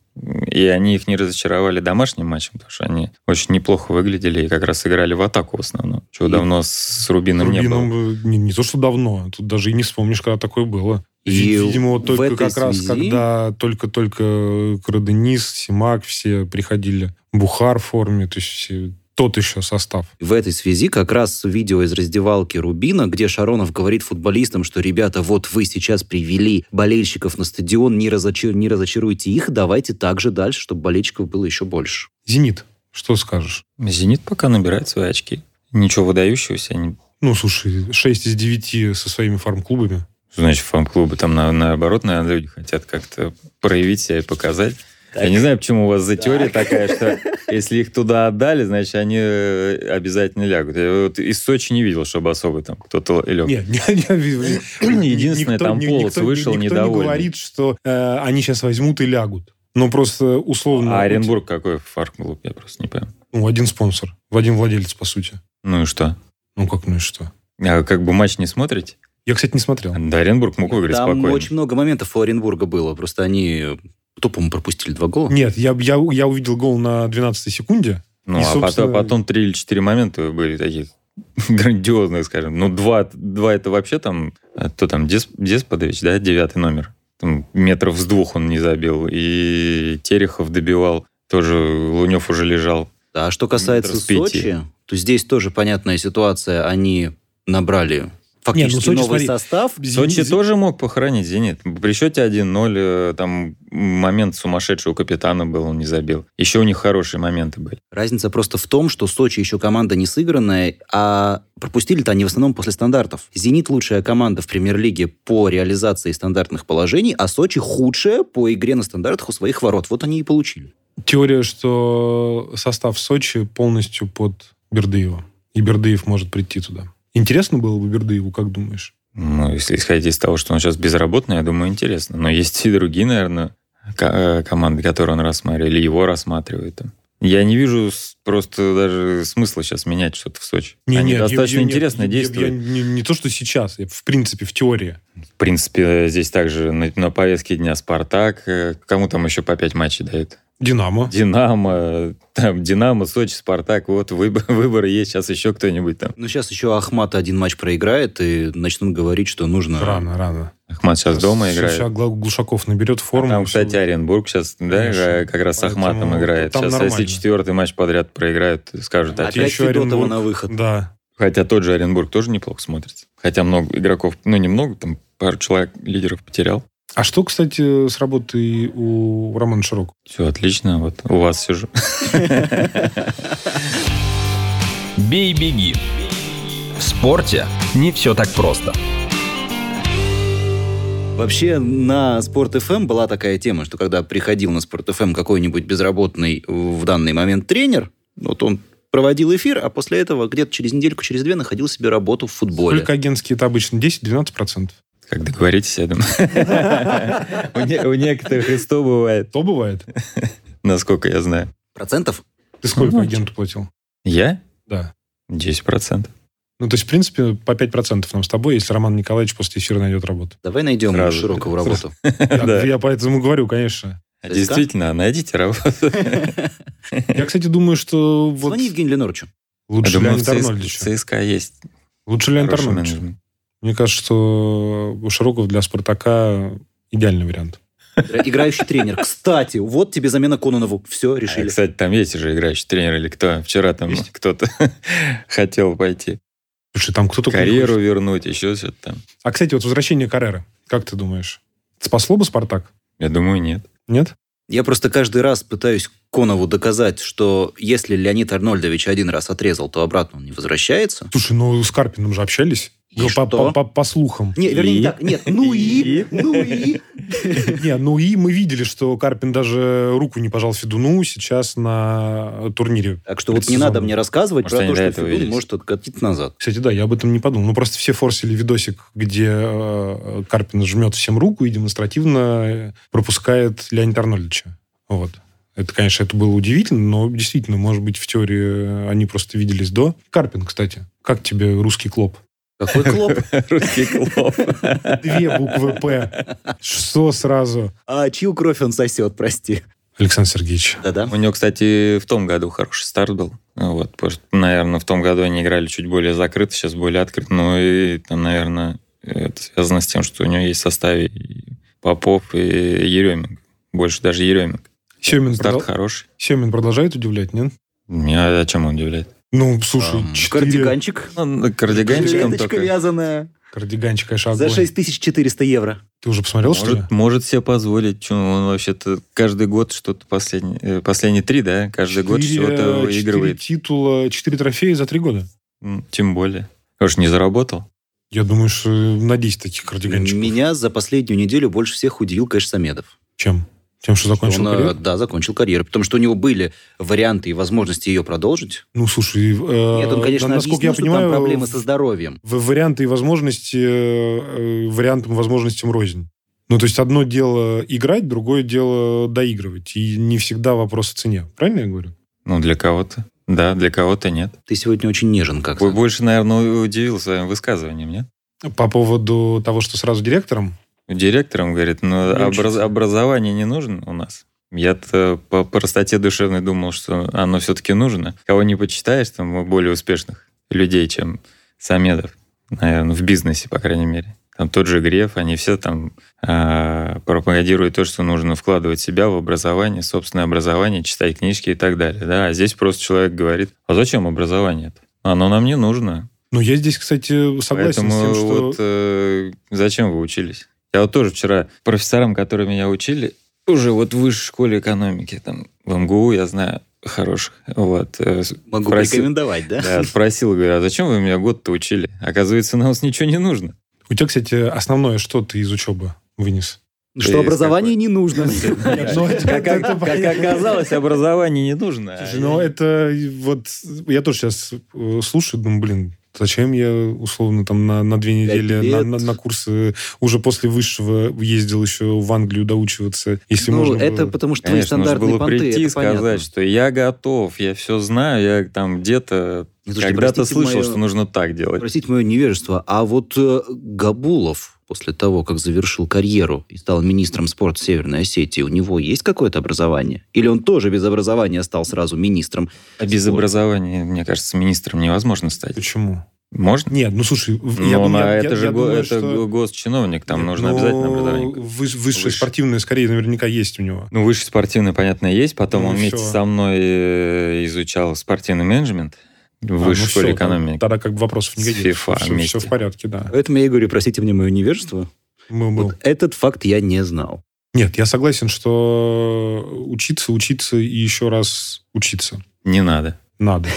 Speaker 5: И они их не разочаровали домашним матчем, потому что они очень неплохо выглядели и как раз играли в атаку в основном, чего
Speaker 4: И-
Speaker 5: давно с, с
Speaker 3: С
Speaker 5: Рубином, не
Speaker 3: Рубином,
Speaker 5: было.
Speaker 3: э, не, не то, что давно. Тут даже и не вспомнишь, когда такое было.
Speaker 4: И
Speaker 3: Ви- Видимо, вот
Speaker 4: в
Speaker 3: только
Speaker 4: этой
Speaker 3: как раз,
Speaker 4: связи-
Speaker 3: когда только-только Краденис, Симак все приходили. Бухар в форме, то есть все- тот еще состав.
Speaker 4: В этой связи как раз видео из раздевалки Рубина, где Шаронов говорит футболистам, что ребята, вот вы сейчас привели болельщиков на стадион, не, разочар- не разочаруйте их, давайте так же дальше, чтобы болельщиков было еще больше.
Speaker 3: «Зенит», что скажешь?
Speaker 5: Зенит пока набирает свои очки. Ничего выдающегося. не-
Speaker 3: Ну, слушай, 6 из 9 со своими фарм-клубами.
Speaker 5: Значит, фан-клубы там на- наоборот, наверное, люди хотят как-то проявить себя и показать. Я не знаю, почему у вас за теория такая, что если их туда отдали, значит, они э, обязательно лягут. Я вот из Сочи не видел, чтобы особо там кто-то лег.
Speaker 3: Нет,
Speaker 5: Единственное, там Полоц вышел
Speaker 3: Никто не
Speaker 5: недовольный.
Speaker 3: говорит, что э, они сейчас возьмут и лягут. Но просто
Speaker 4: ну,
Speaker 3: условно...
Speaker 5: а Оренбург какой фарм-клуб, я просто не понимаю.
Speaker 3: Ну, один спонсор. Один владелец, по сути.
Speaker 5: Ну и что?
Speaker 3: Ну, как, ну и что?
Speaker 5: А как бы матч не смотрите?
Speaker 3: Я, кстати, не смотрел.
Speaker 5: Да, Оренбург мог выиграть
Speaker 4: Там
Speaker 5: спокойно.
Speaker 4: очень много моментов у Оренбурга было, просто они тупо пропустили два гола.
Speaker 3: Нет, я, я, я увидел гол на 12-й секунде.
Speaker 5: Ну,
Speaker 3: И,
Speaker 5: а
Speaker 3: собственно-
Speaker 5: потом, потом три или четыре момента были таких грандиозных, скажем. Ну, два, два это вообще там... а, Кто там? Дес, Десподович, да? Девятый номер. Там метров с двух он не забил. И Терехов добивал. Тоже Лунев уже лежал.
Speaker 4: А что касается
Speaker 5: Метров с пяти.
Speaker 4: Сочи, то здесь тоже понятная ситуация, они
Speaker 5: ну,
Speaker 4: набрали фактически
Speaker 3: Сочи,
Speaker 4: новый
Speaker 3: смотри,
Speaker 4: состав.
Speaker 5: Сочи
Speaker 3: Зенит-
Speaker 5: тоже мог похоронить «Зенит». При счете 1-0 э, там момент сумасшедший у капитана был, он не забил. Еще у них хорошие моменты были.
Speaker 4: Разница просто в том, что Сочи еще команда не сыгранная, а пропустили-то они в основном после стандартов. «Зенит» лучшая команда в премьер-лиге по реализации стандартных положений, а «Сочи» худшая по игре на стандартах у своих ворот. Вот они и получили.
Speaker 3: Теория, что состав Сочи полностью под Бердыева. И Бердыев может прийти туда. Интересно было бы Бердыеву, как думаешь?
Speaker 5: Ну, если исходить из того, что он сейчас безработный, я думаю, интересно. Но есть и другие, наверное, ко- э, команды, которые он рассматривает, или его рассматривают. там. Я не вижу с- просто даже смысла сейчас менять что-то в Сочи.
Speaker 3: Не,
Speaker 5: Они
Speaker 3: не,
Speaker 5: достаточно
Speaker 3: я- я-
Speaker 5: интересно
Speaker 3: я- я-
Speaker 5: действуют.
Speaker 3: я не, не то, что сейчас, я в принципе, в теории.
Speaker 5: В принципе, здесь также на, на повестке дня «Спартак». э, Кому там еще по пять матчей дают?
Speaker 3: Динамо.
Speaker 5: «Динамо», э, там «Динамо», «Сочи», «Спартак». Вот выбор, выбор есть. Сейчас еще кто-нибудь там.
Speaker 4: Но сейчас еще Ахмат один матч проиграет и начнут говорить, что нужно...
Speaker 3: Рано, рано.
Speaker 5: Ахмат сейчас дома играет. А
Speaker 3: Сейчас Гла- Глушаков наберет форму.
Speaker 5: Там,
Speaker 3: всё.
Speaker 5: кстати, Оренбург сейчас, да,
Speaker 3: Конечно.
Speaker 5: как раз с
Speaker 3: Поэтому
Speaker 5: Ахматом играет.
Speaker 3: там
Speaker 5: Сейчас, если
Speaker 3: нормально.
Speaker 5: четвертый матч подряд проиграют, скажут, а
Speaker 4: Опять
Speaker 5: чё?
Speaker 3: ещё
Speaker 4: Федотова
Speaker 3: Оренбург.
Speaker 4: на
Speaker 5: а-
Speaker 4: выход.
Speaker 3: Да.
Speaker 5: Хотя тот же Оренбург тоже неплохо смотрится. Хотя много игроков, ну, немного, там пару человек лидеров потерял.
Speaker 3: А что, кстати, с работой у Романа Широкого?
Speaker 5: Все отлично, вот у вас сижу.
Speaker 2: Бей-беги. В спорте не все так просто.
Speaker 4: Вообще на Спорт ФМ была такая тема, что когда приходил на Спорт ФМ какой-нибудь безработный в данный момент тренер, вот он проводил эфир, а после этого где-то через недельку, через две находил себе работу в футболе.
Speaker 3: Сколько агентские это обычно? 10-12%.
Speaker 5: Как договоритесь, я думаю. У не- У некоторых и 100 бывает,
Speaker 3: То бывает.
Speaker 5: насколько я знаю.
Speaker 4: Процентов?
Speaker 3: Ты сколько
Speaker 5: Ну,
Speaker 3: агенту платил?
Speaker 5: Я?
Speaker 3: Да.
Speaker 5: 10%.
Speaker 3: Ну, то есть, в принципе, по 5% нам с тобой, если Роман Николаевич после эфира найдет работу.
Speaker 4: Давай найдем
Speaker 5: Сразу.
Speaker 4: широкую работу.
Speaker 3: Я
Speaker 5: Да.
Speaker 3: я поэтому говорю, конечно.
Speaker 4: СК?
Speaker 5: Действительно, найдите работу.
Speaker 3: Я, кстати, думаю, что вот
Speaker 4: Звони Евгению Леноровичу.
Speaker 5: Я
Speaker 3: лучше
Speaker 5: думаю, в
Speaker 3: Леонида
Speaker 5: ЦС-
Speaker 3: Арнольдовича.
Speaker 5: ЦСКА А есть
Speaker 3: Лучше Леонида
Speaker 5: хороший
Speaker 3: Арнольдовича.
Speaker 5: менеджмент.
Speaker 3: Мне кажется, что Широков для Спартака идеальный вариант.
Speaker 4: Играющий тренер. Кстати, вот тебе замена Кононову. Все,
Speaker 5: А,
Speaker 4: решили.
Speaker 5: кстати, там есть уже играющий тренер или кто? Вчера там
Speaker 3: Есть?
Speaker 5: кто-то хотел пойти.
Speaker 3: Слушай, там кто-то...
Speaker 5: Карьеру вернуть, еще что-то там.
Speaker 3: А, кстати, вот возвращение Каррера. Как ты думаешь? Спасло бы Спартак?
Speaker 5: Я думаю, нет.
Speaker 3: Нет?
Speaker 4: Я просто каждый раз пытаюсь Конову доказать, что если Леонид Арнольдович один раз отрезал, то обратно он не возвращается.
Speaker 3: Слушай, ну с Карпиным же общались.
Speaker 4: И
Speaker 3: Ну, по,
Speaker 4: что?
Speaker 3: по- по- по слухам.
Speaker 4: Не, вернее,
Speaker 5: И?
Speaker 4: не так. Нет, ну и, ну и.
Speaker 3: Не, ну и мы видели, что Карпин даже руку не пожал Федуну сейчас на турнире.
Speaker 4: Так что вот не
Speaker 3: Предсезонный.
Speaker 4: надо мне рассказывать
Speaker 5: Может,
Speaker 4: про то,
Speaker 5: они до
Speaker 4: что
Speaker 5: этого
Speaker 4: Федун
Speaker 5: виделись.
Speaker 4: может откатить назад.
Speaker 3: Кстати, да, я об этом не подумал. Ну, просто все форсили видосик, где э, Карпин жмет всем руку и демонстративно пропускает Леонида Арнольдовича. Вот. Это, конечно, это было удивительно, но действительно, может быть, в теории они просто виделись до. Карпин, кстати, как тебе русский клоп?
Speaker 4: Какой клоп?
Speaker 5: Русский клуб.
Speaker 3: Две буквы «П». Что сразу?
Speaker 4: А чью кровь он сосет, прости?
Speaker 3: Александр Сергеевич.
Speaker 4: Да-да.
Speaker 5: У него, кстати, в том году хороший старт был. Вот, потому что, наверное, в том году они играли чуть более закрыто, сейчас более открыто. Ну и там, наверное, это связано с тем, что у него есть в составе и Попов и Еременко. Больше даже Еременко.
Speaker 3: Семин,
Speaker 5: Старт хороший.
Speaker 3: продолжает удивлять, нет?
Speaker 5: Меня о чем он удивляет?
Speaker 3: Ну, слушай,
Speaker 4: Ам,
Speaker 3: четыре...
Speaker 4: Кардиганчик.
Speaker 5: Ну, кардиганчиком
Speaker 4: Жилеточка
Speaker 5: только.
Speaker 4: вязаная.
Speaker 3: Кардиганчик, конечно,
Speaker 4: За
Speaker 3: огонь.
Speaker 4: 6400 евро.
Speaker 3: Ты уже посмотрел, что ли?
Speaker 5: Может, может себе позволить. Чё, он вообще-то каждый год что-то последний, э, последние три, да? Каждый год
Speaker 3: Четыре- э,
Speaker 5: что-то
Speaker 3: четыре
Speaker 5: выигрывает.
Speaker 3: титула, четыре трофея за три года.
Speaker 5: М, Тем более. Уж не заработал.
Speaker 3: Я думаю, что на 10 таких кардиганчиков.
Speaker 4: Меня за последнюю неделю больше всех удивил Кэш Самедов.
Speaker 3: Чем? Тем, что закончил
Speaker 4: Он, э,
Speaker 3: карьеру?
Speaker 4: Да, закончил карьеру. Потому что у него были варианты и возможности ее продолжить.
Speaker 3: Ну, слушай, э,
Speaker 4: Нет, он, конечно,
Speaker 3: на- насколько
Speaker 4: объяснил,
Speaker 3: я
Speaker 4: что там
Speaker 3: понимаю,
Speaker 4: проблемы со здоровьем.
Speaker 3: в- варианты и возможности, э, э, вариантам и возможностям рознь. Ну, то есть одно дело играть, другое дело доигрывать. И не всегда вопрос в цене. Правильно я говорю?
Speaker 5: Ну, для кого-то. Да, для кого-то нет.
Speaker 4: Ты сегодня очень нежен как-то.
Speaker 5: Вы больше, наверное, удивил своим высказыванием, нет?
Speaker 3: По поводу того, что сразу директором,
Speaker 5: Директором говорит, ну,
Speaker 3: Не
Speaker 5: образ-
Speaker 3: учиться.
Speaker 5: образование не нужно у нас. Я-то по простоте душевной думал, что оно все-таки нужно. Кого не почитаешь, там более успешных людей, чем Самедов, наверное, в бизнесе, по крайней мере. Там тот же Греф, они все там а, пропагандируют то, что нужно вкладывать себя в образование, собственное образование, читать книжки и так далее. Да? А здесь просто человек говорит, а зачем образование-то? Оно нам не нужно.
Speaker 3: Ну, я здесь, кстати, согласен
Speaker 5: Поэтому
Speaker 3: с тем, что...
Speaker 5: вот э, зачем вы учились? Я вот тоже вчера профессорам, которые меня учили, уже вот в высшей школе экономики, там, в МГУ, я знаю хороших, вот, э, с-
Speaker 4: Могу
Speaker 5: Проси-
Speaker 4: порекомендовать, да?
Speaker 5: да, спросил, говорю, а зачем вы меня год-то учили? Оказывается, на вас ничего не нужно.
Speaker 3: У тебя, кстати, основное, что ты из учебы вынес?
Speaker 4: Что
Speaker 5: Есть
Speaker 4: образование не
Speaker 5: такое.
Speaker 4: нужно.
Speaker 3: Ну, это-
Speaker 5: Как
Speaker 3: это- ну, это
Speaker 5: как оказалось, образование не нужно.
Speaker 3: Слушай, ну это вот... Я тоже сейчас э, слушаю, думаю, блин, Зачем я, условно, там на, на две
Speaker 4: Пять
Speaker 3: недели на,
Speaker 4: лет.
Speaker 3: на- на курсы уже после высшего ездил еще в Англию доучиваться, если
Speaker 4: ну,
Speaker 3: можно
Speaker 4: это
Speaker 3: было?
Speaker 4: потому что твои
Speaker 5: Конечно, нужно
Speaker 4: стандартные
Speaker 5: было
Speaker 4: понты,
Speaker 5: прийти и
Speaker 4: это
Speaker 5: сказать,
Speaker 4: понятно.
Speaker 5: что я готов, я все знаю, я там где-то
Speaker 4: Ну, слушайте,
Speaker 5: когда-то
Speaker 4: простите
Speaker 5: слышал,
Speaker 4: моё-
Speaker 5: что нужно так делать.
Speaker 4: Простите мое невежество, а вот э, Габулов после того, как завершил карьеру и стал министром спорта Северной Осетии, у него есть какое-то образование? Или он тоже без образования стал сразу министром?
Speaker 5: А без
Speaker 4: Вот.
Speaker 5: образования, мне кажется, министром невозможно стать.
Speaker 3: Почему?
Speaker 5: Можно?
Speaker 3: Нет, ну слушай, в-
Speaker 5: Ну,
Speaker 3: я думаю,
Speaker 5: на
Speaker 3: я-
Speaker 5: это
Speaker 3: я-
Speaker 5: же
Speaker 3: я
Speaker 5: го-
Speaker 3: думаю,
Speaker 5: это
Speaker 3: что- ну,
Speaker 5: го- госчиновник, там
Speaker 3: Нет,
Speaker 5: нужно
Speaker 3: но
Speaker 5: обязательно образование.
Speaker 3: выс- Высшее
Speaker 5: Высшее.
Speaker 3: спортивное, скорее, наверняка есть у него.
Speaker 5: Ну, высший спортивный, понятно, есть. Потом
Speaker 3: Ну,
Speaker 5: он
Speaker 3: и
Speaker 5: вместе
Speaker 3: всё.
Speaker 5: со мной э, изучал спортивный менеджмент в
Speaker 3: А,
Speaker 5: высшей
Speaker 3: ну
Speaker 5: школе
Speaker 3: всё, там-
Speaker 5: экономики.
Speaker 3: Тогда как бы вопросов никаких.
Speaker 5: FIFA
Speaker 3: все,
Speaker 5: вместе.
Speaker 3: в порядке, да.
Speaker 4: Поэтому я и говорю, простите мне мое невежество.
Speaker 3: Мы- мы-
Speaker 4: Вот этот факт я не знал.
Speaker 3: Нет, я согласен, что учиться, учиться и еще раз учиться
Speaker 5: Не надо.
Speaker 3: надо.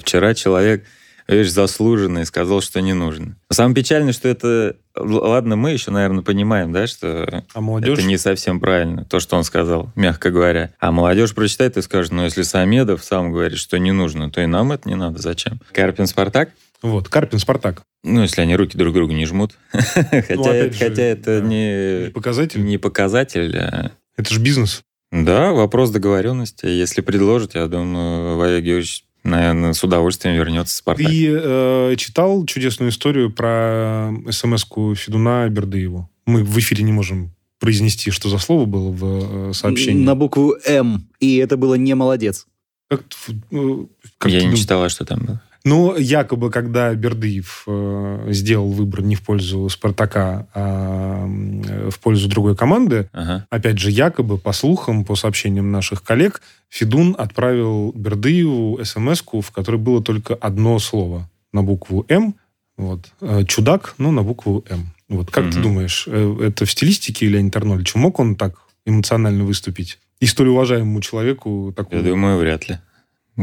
Speaker 5: Вчера человек, видишь, заслуженный, сказал, что не нужно. Самое печальное, что это... л- Ладно, мы еще, наверное, понимаем, да, что
Speaker 3: А молодежь...
Speaker 5: это не совсем правильно, то, что он сказал, мягко говоря. А молодежь прочитает и скажет, ну, если Самедов сам говорит, что не нужно, то и нам это не надо. Зачем? Карпин Спартак?
Speaker 3: Вот, Карпин, Спартак.
Speaker 5: Ну, если они руки друг другу не жмут. Хотя
Speaker 3: Ну, опять
Speaker 5: это-
Speaker 3: же,
Speaker 5: хотя это
Speaker 3: да.
Speaker 5: не...
Speaker 3: Показатель.
Speaker 5: Э, Не показатель, а
Speaker 3: Это же бизнес.
Speaker 5: Да, вопрос договоренности. Если предложат, я думаю, Валерий Георгиевич, наверное, с удовольствием вернется в Спартак.
Speaker 3: Ты э, читал чудесную историю про э, смс-ку Федуна Бердыеву? Мы в эфире не можем произнести, что за слово было в э, сообщении.
Speaker 4: На букву «М». И это было не молодец.
Speaker 3: Как, т- э, как
Speaker 5: я
Speaker 3: ты
Speaker 5: не
Speaker 3: дум-
Speaker 5: читала, что там было.
Speaker 3: Ну, якобы, когда Бердыев э, сделал выбор не в пользу Спартака, а м, э, в пользу другой команды,
Speaker 5: Ага.
Speaker 3: опять же, якобы, по слухам, по сообщениям наших коллег, Федун отправил Бердыеву смс в которой было только одно слово на букву «М». Вот. Э, Чудак, но на букву «М». Вот. Как ты
Speaker 5: Мгм.
Speaker 3: думаешь, э, это в стилистике Леонид Арнольдович? Мог он так эмоционально выступить? И столь уважаемому человеку
Speaker 5: Я
Speaker 3: такую...
Speaker 5: думаю, вряд ли.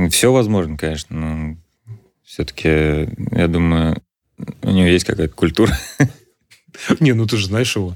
Speaker 5: Все возможно, конечно, но все-таки, я думаю, у него есть какая-то культура.
Speaker 3: Не, ну ты же знаешь его.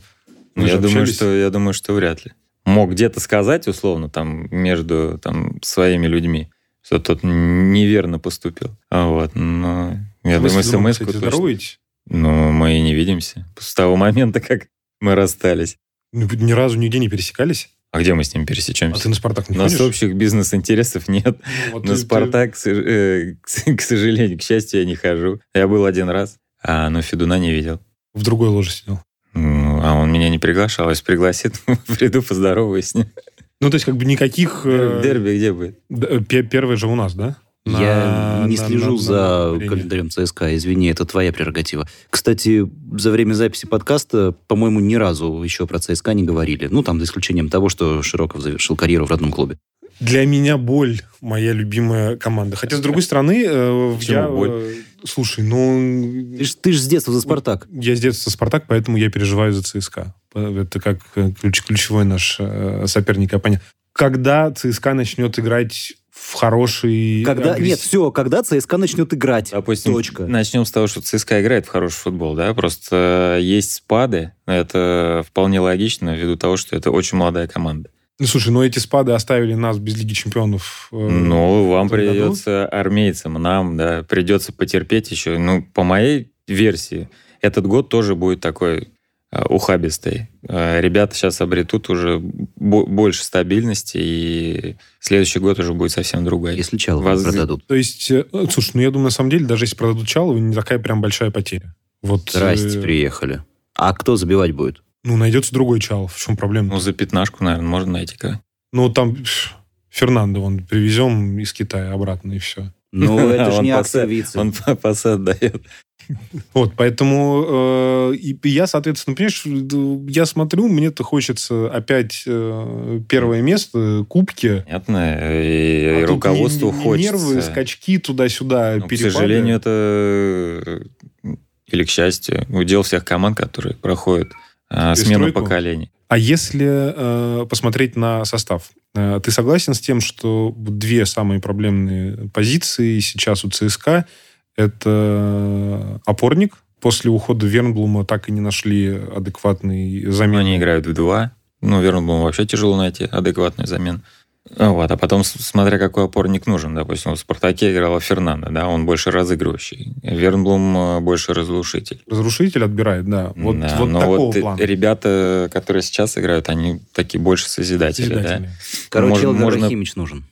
Speaker 3: Вы
Speaker 5: я,
Speaker 3: же
Speaker 5: думаю,
Speaker 3: общались.
Speaker 5: что, я думаю, что вряд ли. Мог где-то сказать, условно, там, между там, своими людьми, что тот неверно поступил. А Вот, но я
Speaker 3: Вы
Speaker 5: думаю,
Speaker 3: с Федуном,
Speaker 5: смс
Speaker 3: кстати, здороваетесь?
Speaker 5: Ну, мы и не видимся. С того момента, как мы расстались.
Speaker 3: Ну, Ни разу нигде не пересекались?
Speaker 5: А где мы с ним
Speaker 3: А ты
Speaker 5: пересечемся?
Speaker 3: на «Спартак»
Speaker 5: У
Speaker 3: не
Speaker 5: нас
Speaker 3: ходишь?
Speaker 5: общих бизнес-интересов нет.
Speaker 3: Ну, вот
Speaker 5: на
Speaker 3: ты-
Speaker 5: «Спартак», к сож- э, к с- к сожалению, к счастью, я не хожу. Я был один раз, а но Федуна не видел.
Speaker 3: ты В другой ложе сидел.
Speaker 5: Ну, А он меня не приглашал. Если пригласит, приду поздороваюсь с ним.
Speaker 3: Ну, то есть, как бы никаких... э,
Speaker 5: Дерби где будет?
Speaker 3: д- э, пе- Первое же у нас, да?
Speaker 4: я
Speaker 3: На-
Speaker 4: не
Speaker 3: на-
Speaker 4: слежу
Speaker 3: на- на-
Speaker 4: за
Speaker 3: на-
Speaker 4: календарем ЦСКА, извини, это твоя прерогатива. Кстати, за время записи подкаста, по-моему, ни разу еще про ЦСКА не говорили. Ну, там, за исключением того, что Широков завершил карьеру в родном клубе.
Speaker 3: Для меня боль моя любимая команда. Хотя, с другой стороны, э,
Speaker 5: Почему
Speaker 3: я... э,
Speaker 5: боль?
Speaker 3: Слушай, ну...
Speaker 4: Ты ж- ты же с детства за «Спартак».
Speaker 3: Я с детства «Спартак», поэтому я переживаю за ЦСКА. Это как э, ключ- ключевой наш э, соперник и оппонент. Когда ЦСКА начнет играть в хороший...
Speaker 4: Когда...
Speaker 3: агрессивный-
Speaker 4: Нет, все, когда ЦСКА начнет играть.
Speaker 5: Допустим,
Speaker 4: Точка.
Speaker 5: начнем с того, что ЦСКА играет в хороший футбол, да, просто э, есть спады, это вполне логично, ввиду того, что это очень молодая команда.
Speaker 3: Ну, слушай, но эти спады оставили нас без Лиги Чемпионов. э,
Speaker 5: Ну, вам
Speaker 3: этом году?
Speaker 5: придется армейцам, нам, да, придется потерпеть еще. Ну, по моей версии, этот год тоже будет такой э, ухабистый. Э, Ребята сейчас обретут уже бо- больше стабильности, и следующий год уже будет совсем другой.
Speaker 4: Если чал
Speaker 5: Вас-
Speaker 4: продадут.
Speaker 3: То есть, э, слушай, ну я думаю, на самом деле, даже если продадут Чалова, не такая прям большая потеря. Вот, э,
Speaker 4: Здрасте, приехали. А кто забивать будет?
Speaker 3: Ну, найдется другой Чалов, в чем проблема?
Speaker 5: Ну,
Speaker 3: Ну,
Speaker 5: за пятнашку, наверное, можно найти кого.
Speaker 3: там пф, Фернандо, он привезем из Китая обратно, и все.
Speaker 4: Ну, это же
Speaker 5: Он
Speaker 4: не
Speaker 5: по
Speaker 4: акция
Speaker 5: С- Он по- посад дает.
Speaker 3: Вот, поэтому э, и, и я, соответственно, понимаешь, д- я смотрю, мне-то хочется опять э, первое место, кубки.
Speaker 5: Понятно, и,
Speaker 3: А
Speaker 5: и
Speaker 3: тут
Speaker 5: руководству
Speaker 3: не- не- не
Speaker 5: хочется.
Speaker 3: Нервы, скачки туда-сюда,
Speaker 5: Но, к
Speaker 3: перепады.
Speaker 5: сожалению, это, э, или к счастью, удел всех команд, которые проходят э, смену
Speaker 3: Перестройку?
Speaker 5: поколений.
Speaker 3: А если э, посмотреть на состав, э, ты согласен с тем, что две самые проблемные позиции сейчас у ЦСКА это опорник. После ухода Вернблума так и не нашли адекватный замены.
Speaker 5: Ну, Они играют в два. Ну, Вернблуму вообще тяжело найти адекватную замену. Ну Вот, а потом, с- смотря какой опорник нужен. Допустим, в «Спартаке» играла Фернандо, да, он больше разыгрывающий. Вернблум э, больше разрушитель.
Speaker 3: Разрушитель отбирает, да. Вот,
Speaker 5: Да,
Speaker 3: вот
Speaker 5: но
Speaker 3: такого
Speaker 5: вот э-
Speaker 3: плана.
Speaker 5: ребята, которые сейчас играют, они такие больше созидатели,
Speaker 3: Созидатели.
Speaker 4: Короче,
Speaker 5: Можно-
Speaker 4: Элдер
Speaker 5: можно-
Speaker 4: Химич нужен.
Speaker 5: да?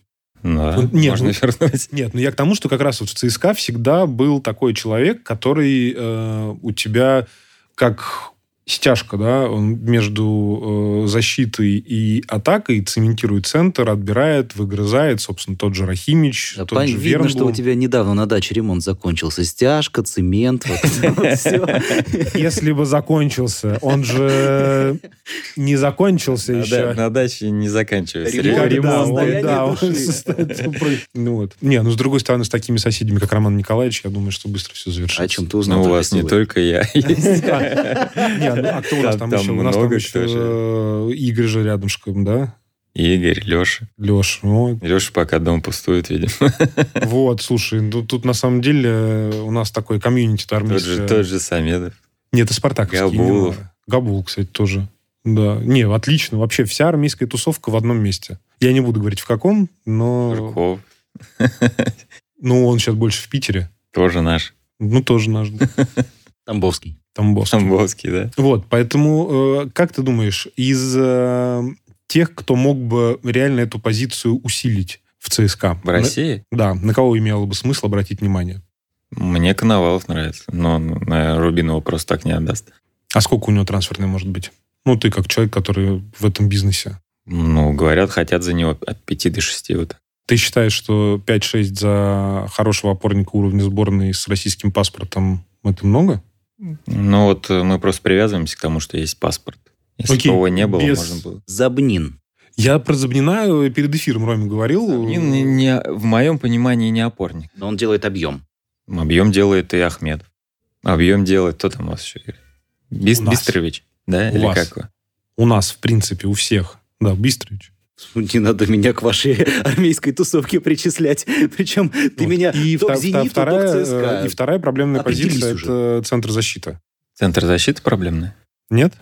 Speaker 5: Ну да,
Speaker 3: Ну, нет,
Speaker 5: можно
Speaker 3: ну-
Speaker 5: вернуть.
Speaker 3: Нет, ну я к тому, что как раз вот в ЦСКА всегда был такой человек, который э, у тебя как стяжка, да, он между э, защитой и атакой цементирует центр, отбирает, выгрызает, собственно, тот же Рахимич,
Speaker 4: Да,
Speaker 3: тот
Speaker 4: пон-
Speaker 3: же
Speaker 4: видно, что у
Speaker 3: Вернбул.
Speaker 4: тебя недавно на даче ремонт закончился. Стяжка, цемент, вот это вот всё.
Speaker 3: Если бы закончился, он же не закончился
Speaker 5: На да-
Speaker 3: еще.
Speaker 5: На даче не заканчивается.
Speaker 4: Ремонт,
Speaker 5: Ремонт,
Speaker 4: да,
Speaker 3: он-
Speaker 4: состояние
Speaker 3: да, он
Speaker 4: души.
Speaker 3: состояние- Ну вот. Не, ну с другой стороны, с такими соседями, как Роман Николаевич, я думаю, что быстро все завершится.
Speaker 4: О чем ты узнал?
Speaker 5: Ну, у
Speaker 4: так
Speaker 5: вас не
Speaker 4: веселый?
Speaker 5: только я есть.
Speaker 3: Не, ну, а кто у нас там
Speaker 5: Там
Speaker 3: еще? У нас там
Speaker 5: много
Speaker 3: еще
Speaker 5: кто
Speaker 3: э, Игорь же рядышком, да?
Speaker 5: Игорь, Леша.
Speaker 3: Леш, вот.
Speaker 5: Леша пока дом пустует, видимо.
Speaker 3: Вот, слушай, ну тут на самом деле э, у нас такой комьюнити
Speaker 5: Тот
Speaker 3: тормится.
Speaker 5: же, тот же Самедов.
Speaker 3: Нет, это спартаковские.
Speaker 5: Габулов.
Speaker 3: имена. Габул, кстати, тоже. Да. Не, отлично. Вообще вся армейская тусовка в одном месте. Я не буду говорить в каком, но...
Speaker 5: Сурков.
Speaker 3: Ну, он сейчас больше в Питере.
Speaker 5: Тоже наш.
Speaker 3: Ну, тоже наш да,
Speaker 4: Тамбовский.
Speaker 3: Тамбовский.
Speaker 5: Тамбовский, да?
Speaker 3: Вот, поэтому, э, как ты думаешь, из э, тех, кто мог бы реально эту позицию усилить в ЦСКА?
Speaker 5: В России?
Speaker 3: Да, на кого имело бы смысл обратить внимание?
Speaker 5: Мне Коновалов нравится, но наверное, Рубинова просто так не отдаст.
Speaker 3: А сколько у него трансферной может быть? Ну, ты как человек, который в этом бизнесе.
Speaker 5: Ну, говорят, хотят за него от 5 до 6 вот так.
Speaker 3: Ты считаешь, что 5-6 за хорошего опорника уровня сборной с российским паспортом это много?
Speaker 5: Ну вот э, мы просто привязываемся к тому, что есть паспорт. Если
Speaker 3: Окей,
Speaker 5: такого не было,
Speaker 3: без-
Speaker 5: можно было.
Speaker 4: Забнин.
Speaker 3: Я про Забнина э, перед эфиром Роме говорил.
Speaker 5: Не- не- не- в моем понимании не опорник.
Speaker 4: Но он делает объем.
Speaker 5: Объем делает и Ахмед. Объем делает, кто там у вас еще играет? Бис-
Speaker 3: У нас.
Speaker 5: Бистрович, да?
Speaker 3: У
Speaker 5: Или
Speaker 3: вас.
Speaker 5: как? его?
Speaker 3: У нас, в принципе, у всех. Да, Бистрович.
Speaker 4: Не надо меня к вашей армейской тусовке причислять. Причем ты
Speaker 3: Вот.
Speaker 4: меня
Speaker 3: и
Speaker 4: то
Speaker 3: вта-
Speaker 4: к
Speaker 3: вта-
Speaker 4: «Зениту», то
Speaker 3: вторая,
Speaker 4: к
Speaker 3: э,
Speaker 4: ЦСКА.
Speaker 3: И вторая проблемная
Speaker 4: Определись
Speaker 3: позиция
Speaker 4: уже.
Speaker 3: это центр защиты.
Speaker 5: Центр защиты проблемный?
Speaker 3: Нет?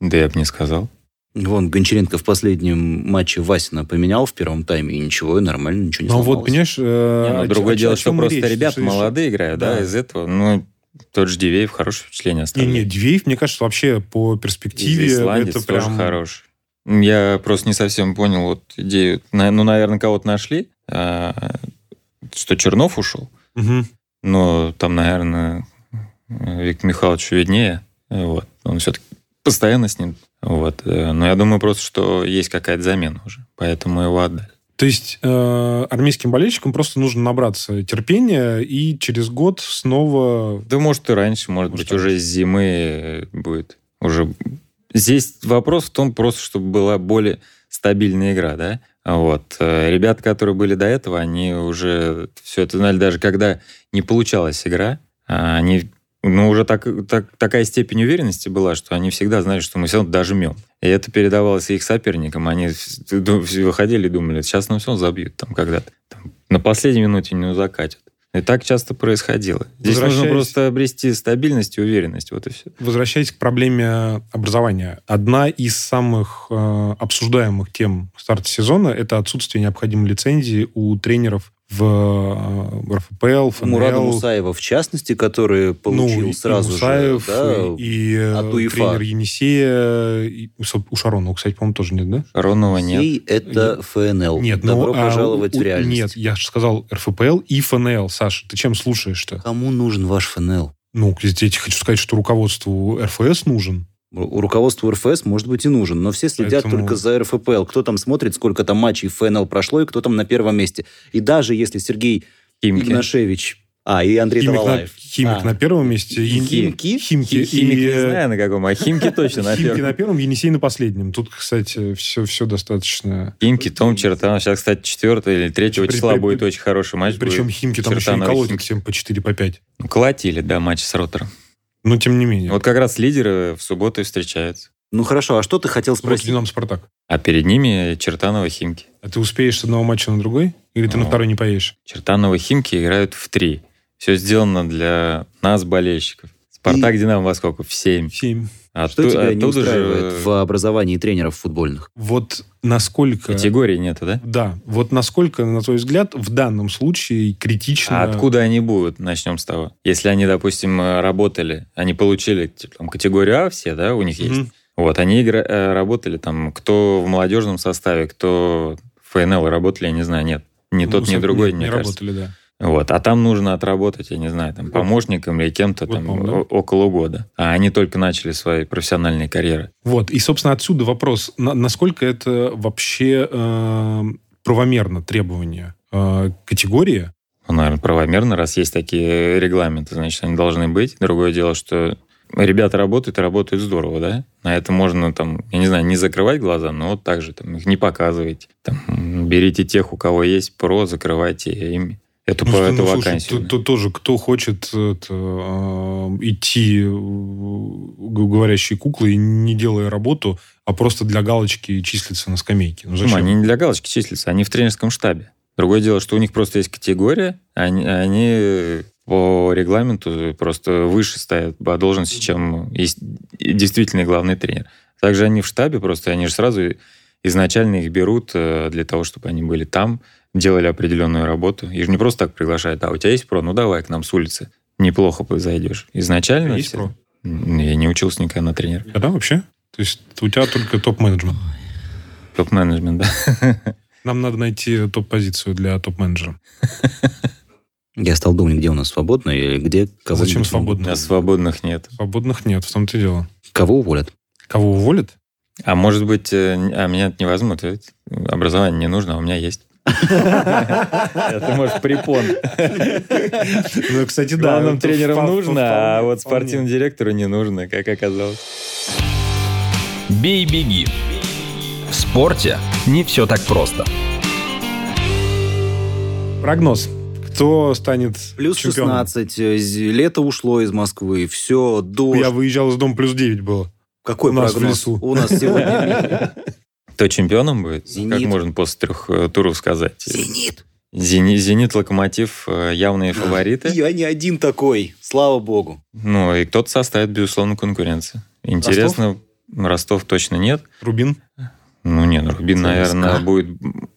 Speaker 5: Да я бы не сказал.
Speaker 4: Вон, Гончаренко в последнем матче Васина поменял в первом тайме, и ничего, и нормально, ничего не
Speaker 3: Ну
Speaker 4: сломалось.
Speaker 3: вот, понимаешь... э,
Speaker 5: Не, ну,
Speaker 3: о ч-
Speaker 5: другое
Speaker 3: о ч-
Speaker 5: дело,
Speaker 3: о
Speaker 5: что
Speaker 3: чем мы
Speaker 5: просто
Speaker 3: речь,
Speaker 5: ребята
Speaker 3: слышишь?
Speaker 5: молодые играют, да.
Speaker 3: Да.
Speaker 5: из этого, ну, тот же Дивеев хорошее впечатление
Speaker 3: Не,
Speaker 5: оставляет.
Speaker 3: не, Дивеев, мне кажется, вообще по перспективе
Speaker 5: Из Исландии
Speaker 3: это
Speaker 5: тоже
Speaker 3: прям
Speaker 5: хорош. Я просто не совсем понял вот идею. На- Ну, наверное, кого-то нашли, а, что Чернов ушел.
Speaker 3: Мгм.
Speaker 5: Но там, наверное, Виктор Михайлович виднее. Вот. Он все-таки постоянно с ним. Вот. э, Но я думаю просто, что есть какая-то замена уже. Поэтому его отдали.
Speaker 3: То есть э, армейским болельщикам просто нужно набраться терпения и через год снова...
Speaker 5: Да, может, и раньше, может,
Speaker 3: Может,
Speaker 5: быть, уже с зимы э, будет. Уже здесь вопрос в том просто, чтобы была более стабильная игра, да? Вот. Э, Ребята, которые были до этого, они уже все это знали. Даже когда не получалась игра, а, они ну, уже так, так- такая степень уверенности была, что они всегда знали, что мы все равно дожмем. И это передавалось и их соперникам. Они вс- ду- все выходили и думали, сейчас нам все равно забьют там когда-то. Там на последней минуте не закатят. И так часто происходило. Здесь нужно
Speaker 3: Возвращаясь-
Speaker 5: просто обрести стабильность и уверенность. Вот и все.
Speaker 3: Возвращаясь к проблеме образования. Одна из самых э, обсуждаемых тем старта сезона – это отсутствие необходимой лицензии у тренеров в э, РФПЛ,
Speaker 4: У Мурада
Speaker 3: ФНЛ,
Speaker 4: Мусаева, в частности, который получил
Speaker 3: ну, и-
Speaker 4: сразу
Speaker 3: и Мусаев,
Speaker 4: же. да,
Speaker 3: и, и, э,
Speaker 4: от УЕФА.
Speaker 3: тренер Енисея, и, соб- у Шаронова, кстати, по-моему, тоже нет, да?
Speaker 5: Ронова нет.
Speaker 4: Сей это ФНЛ.
Speaker 3: Нет, ну,
Speaker 4: Добро
Speaker 3: а,
Speaker 4: пожаловать
Speaker 3: у-
Speaker 4: в реальность.
Speaker 3: Нет, я же сказал РФПЛ и ФНЛ. Саша, ты чем слушаешь-то?
Speaker 4: Кому нужен ваш ФНЛ?
Speaker 3: Ну, здесь я хочу сказать, что руководству РФС нужен.
Speaker 4: У руководства РФС, может быть, и нужен, но все следят
Speaker 3: Поэтому-
Speaker 4: только за РФПЛ. Кто там смотрит, сколько там матчей в ФНЛ прошло и кто там на первом месте. И даже если Сергей
Speaker 5: Химки.
Speaker 4: Игнашевич... А, и Андрей
Speaker 3: Химик, на,
Speaker 4: Тавалаев.
Speaker 3: Химик
Speaker 4: А.
Speaker 3: на первом месте. Ен-
Speaker 4: Химки?
Speaker 3: Химки.
Speaker 5: Хи-
Speaker 3: и,
Speaker 5: Химик не
Speaker 3: э,
Speaker 5: знаю на каком, а Химки точно на
Speaker 3: Химки на
Speaker 5: первом.
Speaker 3: первом, Енисей на последнем. Тут, кстати, все, все достаточно...
Speaker 5: Химки, Том, Чертанов. Сейчас, кстати, 4 или
Speaker 3: При-
Speaker 5: 3 числа
Speaker 3: при-
Speaker 5: будет
Speaker 3: при-
Speaker 5: очень хороший матч.
Speaker 3: Причем
Speaker 5: будет.
Speaker 3: Химки там еще и
Speaker 5: Чертановы
Speaker 3: колотят
Speaker 5: Химки.
Speaker 3: всем по 4, по 5.
Speaker 5: Ну, Колотили, да, матч с Ротором.
Speaker 3: Но тем не менее.
Speaker 5: Вот как раз лидеры в субботу и встречаются.
Speaker 4: Ну хорошо, а что ты хотел
Speaker 3: Против
Speaker 4: спросить?
Speaker 3: Динамо Спартак.
Speaker 5: А перед ними Чертанова Химки.
Speaker 3: А ты успеешь с одного матча на другой? Или ты на
Speaker 5: Ну.
Speaker 3: второй не поедешь?
Speaker 5: Чертанова Химки играют в три. Все сделано для нас, болельщиков. Спартак Динамо во сколько? В семь.
Speaker 3: Семь.
Speaker 5: А А
Speaker 4: Что
Speaker 5: ту-
Speaker 4: тебя не
Speaker 5: оттуда же,
Speaker 4: устраивает в образовании тренеров футбольных?
Speaker 3: Вот насколько...
Speaker 5: Категории нету, да?
Speaker 3: Да, вот насколько, на твой взгляд, в данном случае критично...
Speaker 5: А откуда они будут? Начнем с того. Если они, допустим, э, работали, они получили типа, там, категорию А все, да, у них есть.
Speaker 3: Мгм.
Speaker 5: Вот, они игра- э, работали там, кто в молодежном составе, кто в ФНЛ работали, я не знаю, нет. Ни
Speaker 3: Ну,
Speaker 5: тот, ни
Speaker 3: со-
Speaker 5: другой,
Speaker 3: не,
Speaker 5: мне
Speaker 3: не
Speaker 5: кажется.
Speaker 3: работали, да.
Speaker 5: Вот, а там нужно отработать, я не знаю, там, помощником или кем-то
Speaker 3: Вот,
Speaker 5: там
Speaker 3: по-моему, да.
Speaker 5: о- около года. А они только начали свои профессиональные карьеры.
Speaker 3: Вот, и, собственно, отсюда вопрос, на- насколько это вообще э, правомерно требование э, категории?
Speaker 5: Ну, наверное, правомерно, раз есть такие регламенты, значит, они должны быть. Другое дело, что ребята работают и работают здорово, да? На это можно там, я не знаю, не закрывать глаза, но вот так же там их не показывайте. Там, м, берите тех, у кого есть про, закрывайте им эту, по-
Speaker 3: Ну, что,
Speaker 5: эту
Speaker 3: ну, слушай,
Speaker 5: вакансию.
Speaker 3: тут- тут тоже, кто хочет это, э, идти э, г- говорящей куклой, не делая работу, а просто для галочки числиться на скамейке. Ну,
Speaker 5: Ну,
Speaker 3: зачем?
Speaker 5: они не для галочки числятся, они в тренерском штабе. Другое дело, что у них просто есть категория, они, они по регламенту просто выше стоят по должности, чем есть действительный главный тренер. Также они в штабе просто, они же сразу изначально их берут э, для того, чтобы они были там, делали определенную работу. Их же не просто так приглашают, а у тебя есть про, ну давай к нам с улицы, неплохо бы зайдешь. Изначально...
Speaker 3: Есть
Speaker 5: все-
Speaker 3: про?
Speaker 5: М, Я не учился никогда на тренера.
Speaker 3: А, да, вообще? То есть у тебя только топ-менеджмент.
Speaker 5: Топ-менеджмент, да.
Speaker 3: Нам надо найти топ-позицию для топ-менеджера.
Speaker 4: Я стал думать, где у нас свободно и где кого
Speaker 3: Зачем свободных?
Speaker 5: У нас свободных нет.
Speaker 3: Свободных нет, в том-то и дело.
Speaker 4: Кого уволят?
Speaker 3: Кого уволят?
Speaker 5: А может быть, э, н- а меня это не возьмут, ведь образование не нужно, а у меня есть. Это может припон.
Speaker 3: Ну, кстати,
Speaker 5: Главным тренерам нужно, а вот спортивному директору не нужно, как оказалось.
Speaker 2: Бей-беги. В спорте не все так просто.
Speaker 3: Прогноз. Кто станет
Speaker 4: Плюс
Speaker 3: чемпионом?
Speaker 4: 16, э, зи- лето ушло из Москвы, все, дождь.
Speaker 3: Я выезжал из дома, плюс 9 было.
Speaker 4: Какой
Speaker 3: у нас в
Speaker 4: прогноз?
Speaker 3: лесу.
Speaker 4: У нас сегодня
Speaker 5: Кто чемпионом будет? Как
Speaker 4: «Зенит».
Speaker 5: можно после трех э, туров сказать?
Speaker 4: «Зенит».
Speaker 5: «Зени- «Зенит», «Локомотив» э, явные фавориты.
Speaker 4: Я не один такой, слава богу.
Speaker 5: Ну, и кто-то составит, безусловно, конкуренцию. Интересно, Ростов точно нет.
Speaker 3: Рубин.
Speaker 5: Ну, не, ну, Рубин,
Speaker 4: ЦСКА.
Speaker 5: наверное, будет... м,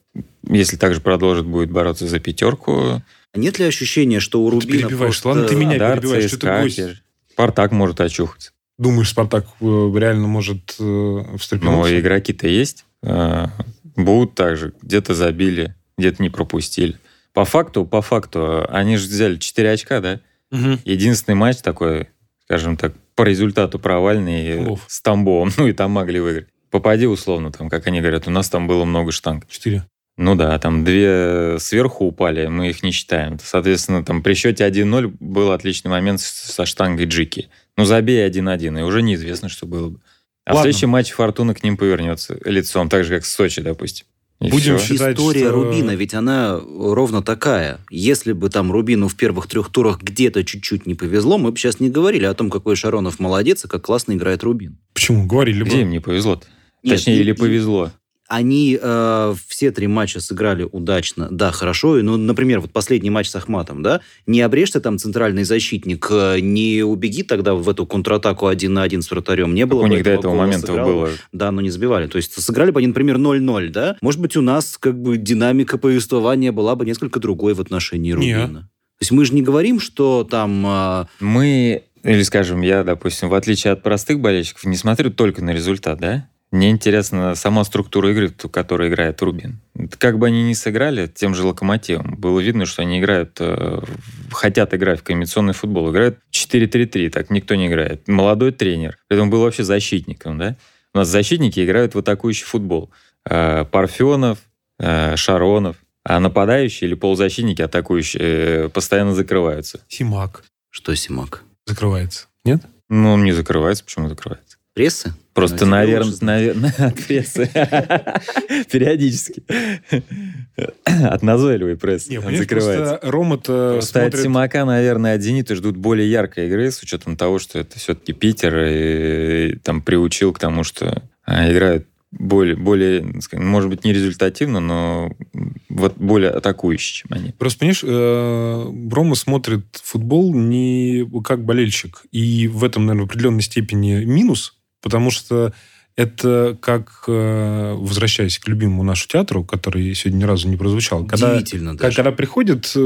Speaker 5: Если также продолжит, будет бороться за пятерку.
Speaker 4: Нет ли ощущения, что у
Speaker 3: Ну, Ты
Speaker 4: Рубина
Speaker 3: перебиваешь.
Speaker 4: просто-
Speaker 3: Ладно, ты меня
Speaker 5: Краснодар,
Speaker 3: перебиваешь. Что ты
Speaker 5: ЦСКА,
Speaker 3: гость?
Speaker 5: Кир- Спартак может очухаться.
Speaker 3: Думаешь, Спартак э, реально может э,
Speaker 5: Но
Speaker 3: встрепенуться?
Speaker 5: игроки-то есть. Э, Будут также. Где-то забили, где-то не пропустили. По факту, по факту, э, они же взяли 4 очка, да?
Speaker 3: Мгм.
Speaker 5: Единственный матч такой, скажем так, по результату провальный э,
Speaker 3: Тамбов.
Speaker 5: с Тамбовом. Ну и там могли выиграть. Попади условно, там, как они говорят, у нас там было много штанг.
Speaker 3: Четыре.
Speaker 5: Ну да, там две сверху упали, мы их не считаем. Соответственно, там при счете 1-0 был отличный момент с- со штангой Джики. Ну забей 1-1, и уже неизвестно, что было бы. А
Speaker 3: Ладно.
Speaker 5: в следующем матче Фортуна к ним повернется лицом, так же, как с Сочи, допустим. И
Speaker 3: Будем
Speaker 5: всё.
Speaker 3: считать. считает,
Speaker 4: История
Speaker 3: что-
Speaker 4: Рубина, ведь она ровно такая. Если бы там Рубину в первых трех турах где-то чуть-чуть не повезло, мы бы сейчас не говорили о том, какой Шаронов молодец и как классно играет Рубин.
Speaker 3: Почему? Говорили
Speaker 5: Где
Speaker 3: бы.
Speaker 5: им не повезло -то?
Speaker 4: Нет,
Speaker 5: Точнее,
Speaker 4: и-
Speaker 5: или
Speaker 4: и
Speaker 5: повезло.
Speaker 4: Они э, все три матча сыграли удачно, да, хорошо. И, Ну, например, вот последний матч с Ахматом, да, не обрежь ты там центральный защитник, э, не убеги тогда в эту контратаку один на один с вратарем. Не было
Speaker 5: у
Speaker 4: бы
Speaker 5: них до этого
Speaker 4: гола,
Speaker 5: момента
Speaker 4: сыграл
Speaker 5: было.
Speaker 4: Да, но не забивали. То есть сыграли бы они, например, 0-0, да? Может быть, у нас как бы динамика повествования была бы несколько другой в отношении
Speaker 3: Не.
Speaker 4: Рубина. То есть мы же не говорим, что там... а,
Speaker 5: Мы, или скажем, я, допустим, в отличие от простых болельщиков, не смотрю только на результат, да? Мне интересна сама структура игры, ту, которую играет Рубин. Как бы они ни сыграли, тем же локомотивом, было видно, что они играют, э, в- хотят играть в комбинационный футбол. Играют 4-3-3, так никто не играет. Молодой тренер. При этом был вообще защитником, да? У нас защитники играют в атакующий футбол. Э, Парфенов, э, Шаронов. А нападающие или полузащитники атакующие э, постоянно закрываются.
Speaker 3: Симак
Speaker 4: Что, Симак?
Speaker 3: закрывается. Нет?
Speaker 5: Ну, он не закрывается. Почему закрывается?
Speaker 4: Прессы?
Speaker 5: Просто,
Speaker 4: тебе
Speaker 5: наверное,
Speaker 4: лучше
Speaker 5: наверное, от прессы. Периодически. От назойливой прессы
Speaker 3: Не,
Speaker 5: он
Speaker 3: понимаешь,
Speaker 5: закрывается.
Speaker 3: просто
Speaker 4: э,
Speaker 3: Рома-то
Speaker 5: Просто от
Speaker 3: смотрит-
Speaker 5: Симака, наверное, от «Зенита» ждут более яркой игры, с учетом того, что это все-таки Питер и, там приучил к тому, что а, играют более, более, скажем, может быть, не результативно, но вот более атакующе, чем они.
Speaker 3: Просто, понимаешь, э, Рома смотрит футбол не как болельщик. И в этом, наверное, в определенной степени минус, Потому что это как, э, возвращаясь к любимому нашу театру, который сегодня ни разу не прозвучал, когда,
Speaker 4: Удивительно
Speaker 3: как-
Speaker 4: даже.
Speaker 3: когда приходят э,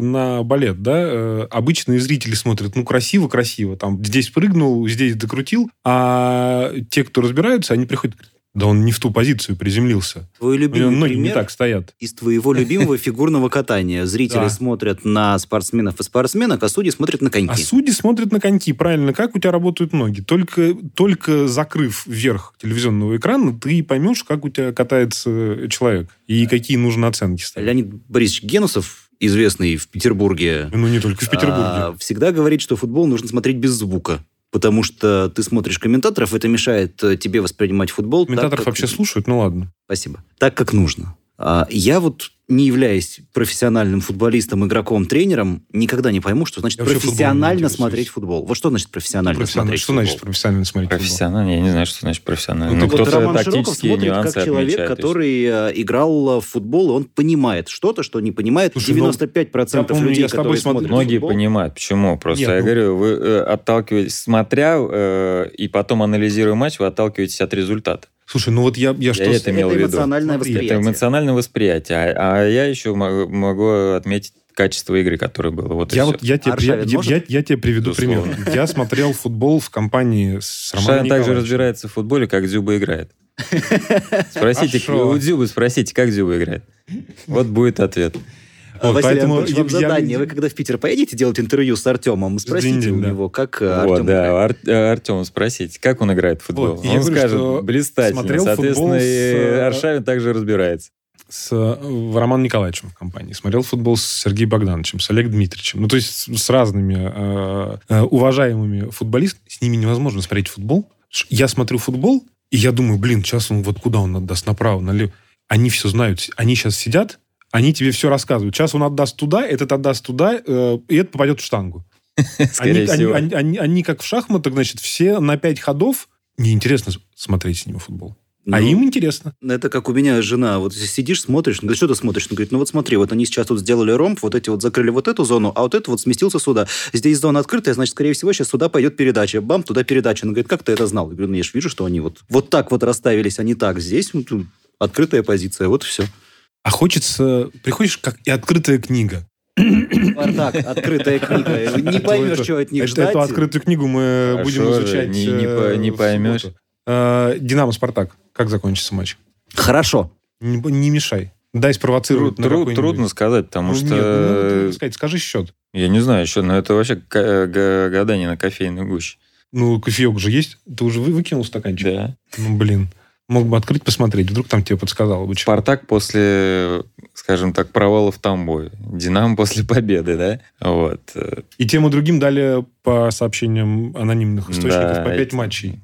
Speaker 3: на балет, да, э, обычные зрители смотрят, ну, красиво-красиво, там, здесь прыгнул, здесь докрутил, а те, кто разбираются, они приходят, говорят, да он не в ту позицию приземлился.
Speaker 4: Твой
Speaker 3: У него
Speaker 4: любимый
Speaker 3: ноги Ну, не
Speaker 4: пример
Speaker 3: так стоят.
Speaker 4: из твоего любимого фигурного катания. Зрители
Speaker 3: Да.
Speaker 4: смотрят на спортсменов и спортсменок, а судьи смотрят на коньки.
Speaker 3: А судьи смотрят на коньки, правильно, как у тебя работают ноги. Только, только закрыв верх телевизионного экрана, ты поймешь, как у тебя катается человек и какие нужно оценки ставить.
Speaker 4: Леонид Борисович Генусов, известный в Петербурге,
Speaker 3: Ну, не только в Петербурге.
Speaker 4: а, всегда говорит, что футбол нужно смотреть без звука. Потому что ты смотришь комментаторов, это мешает э, тебе воспринимать футбол. так,
Speaker 3: Комментаторов
Speaker 4: как-
Speaker 3: вообще слушают? Ну, ладно.
Speaker 4: Спасибо. Так, как нужно. А, Я вот, не являясь профессиональным футболистом, игроком, тренером, никогда не пойму, что значит
Speaker 3: Я вообще футболом не
Speaker 4: профессионально
Speaker 3: интересуюсь.
Speaker 4: смотреть футбол. Вот что значит профессионально,
Speaker 3: Профессионально.
Speaker 4: смотреть
Speaker 3: Что
Speaker 4: футбол?
Speaker 3: значит профессионально смотреть футбол?
Speaker 5: Профессионально? Я не знаю, что значит
Speaker 3: Ну,
Speaker 5: профессионально. Ну,
Speaker 3: так вот
Speaker 5: кто-то
Speaker 4: Роман Широков
Speaker 5: тактические
Speaker 4: смотрит
Speaker 5: нюансы
Speaker 4: как человек,
Speaker 5: отмечает, то есть-
Speaker 4: который э, играл э, в футбол, и он понимает что-то, что не понимает
Speaker 3: Слушай, ну,
Speaker 4: 95%
Speaker 3: я помню,
Speaker 4: людей,
Speaker 3: я с тобой
Speaker 4: которые
Speaker 3: смотрел
Speaker 4: смотрят
Speaker 5: Многие
Speaker 4: футбол.
Speaker 5: понимают, почему. Просто
Speaker 3: Нет,
Speaker 5: я
Speaker 3: ну-
Speaker 5: говорю, вы э, отталкиваетесь, смотря э, и потом анализируя матч, вы отталкиваетесь от результата.
Speaker 3: Слушай, ну вот я, я, что...
Speaker 5: это
Speaker 3: с-
Speaker 5: имел в
Speaker 4: Это
Speaker 5: виду.
Speaker 4: эмоциональное
Speaker 3: Смотри,
Speaker 4: восприятие.
Speaker 5: Это эмоциональное восприятие. А, а я еще мо- могу отметить качество игры, которое было. Вот и
Speaker 3: Я
Speaker 5: всё.
Speaker 3: вот я тебе,
Speaker 4: Аршавин
Speaker 3: я- я-
Speaker 4: может?
Speaker 3: я- я тебе приведу
Speaker 5: Безусловно.
Speaker 3: пример. Я смотрел футбол в компании с Романом
Speaker 5: Шарин также
Speaker 3: Николаевичем.
Speaker 5: разбирается в футболе, как Дзюба играет. Спросите,
Speaker 3: Хорошо.
Speaker 5: у Дзюбы спросите, как Дзюба играет. Вот будет ответ.
Speaker 4: А,
Speaker 3: Вот,
Speaker 4: Василий
Speaker 3: поэтому
Speaker 4: Антонович, вам
Speaker 3: я- я-
Speaker 4: задание. Вы когда в Питер поедете делать интервью с Артемом, спросите
Speaker 3: Денисом,
Speaker 4: у
Speaker 3: да.
Speaker 4: него, как э,
Speaker 5: Вот,
Speaker 4: Артем играет.
Speaker 5: да, Артем, спросите, как он играет в футбол?
Speaker 3: Вот, и я
Speaker 5: Он
Speaker 3: говорю, что
Speaker 5: скажет, блистательно.
Speaker 3: смотрел
Speaker 5: Соответственно,
Speaker 3: футбол с,
Speaker 5: и
Speaker 3: э,
Speaker 5: Аршавин также разбирается.
Speaker 3: с э, Романом Николаевичем в компании, смотрел футбол с Сергеем Богдановичем, с Олегом Дмитриевичем. Ну, то есть с, с разными э, э, уважаемыми футболистами. С ними невозможно смотреть футбол. Ш- Я смотрю футбол, и я думаю, блин, сейчас он вот куда он отдаст, направо, налево. Они все знают. Они сейчас сидят, они тебе все рассказывают. Сейчас он отдаст туда, этот отдаст туда, э, и этот попадет в штангу. Они,
Speaker 5: Скорее
Speaker 3: они-
Speaker 5: всего.
Speaker 3: они- они- они как в шахматах, значит, все на пять ходов. Неинтересно с- смотреть с ними футбол. а
Speaker 4: Ну,
Speaker 3: им интересно.
Speaker 4: Это как у меня жена. Вот сидишь, смотришь, ну что ты смотришь? Она говорит, ну вот смотри, вот они сейчас тут сделали ромб, вот эти вот закрыли вот эту зону, а вот это вот сместился сюда. Здесь зона открытая, значит, скорее всего, сейчас сюда пойдет передача. Бам, туда передача. Она говорит, как ты это знал? Я говорю, ну я же вижу, что они вот, вот так вот расставились, а не так. Здесь вот, ну, открытая позиция, вот и все.
Speaker 3: А хочется... Приходишь, как и открытая книга.
Speaker 4: Спартак, открытая книга. Не поймешь,
Speaker 3: Это-
Speaker 4: чего от них
Speaker 3: Эту,
Speaker 4: ждать.
Speaker 3: эту открытую книгу мы
Speaker 5: Хорошо
Speaker 3: будем
Speaker 5: же,
Speaker 3: изучать.
Speaker 5: не- не
Speaker 3: э,
Speaker 5: по- не
Speaker 3: в
Speaker 5: поймешь.
Speaker 3: субботу. Э, Динамо-Спартак. Как закончится матч?
Speaker 4: Хорошо.
Speaker 3: Не, б- не мешай. Дай спровоцировать
Speaker 5: Тру-
Speaker 3: на
Speaker 5: тру-
Speaker 3: какой-нибудь.
Speaker 5: Трудно сказать, потому
Speaker 3: Ну,
Speaker 5: что... э,
Speaker 3: нет, ну, трудно сказать, скажи счет.
Speaker 5: Я не знаю еще, но это вообще ка- га- гадание на кофейной гуще.
Speaker 3: Ну, кофеек же есть. Ты уже вы- выкинул стаканчик?
Speaker 5: Да.
Speaker 3: Ну, блин. Мог бы открыть, посмотреть. Вдруг там тебе подсказало бы что.
Speaker 5: Спартак после, скажем так, провала в Тамбове. Динамо после победы, да? Вот. э,
Speaker 3: И тем и другим дали, по сообщениям анонимных источников,
Speaker 5: да,
Speaker 3: по пять
Speaker 5: это-
Speaker 3: матчей.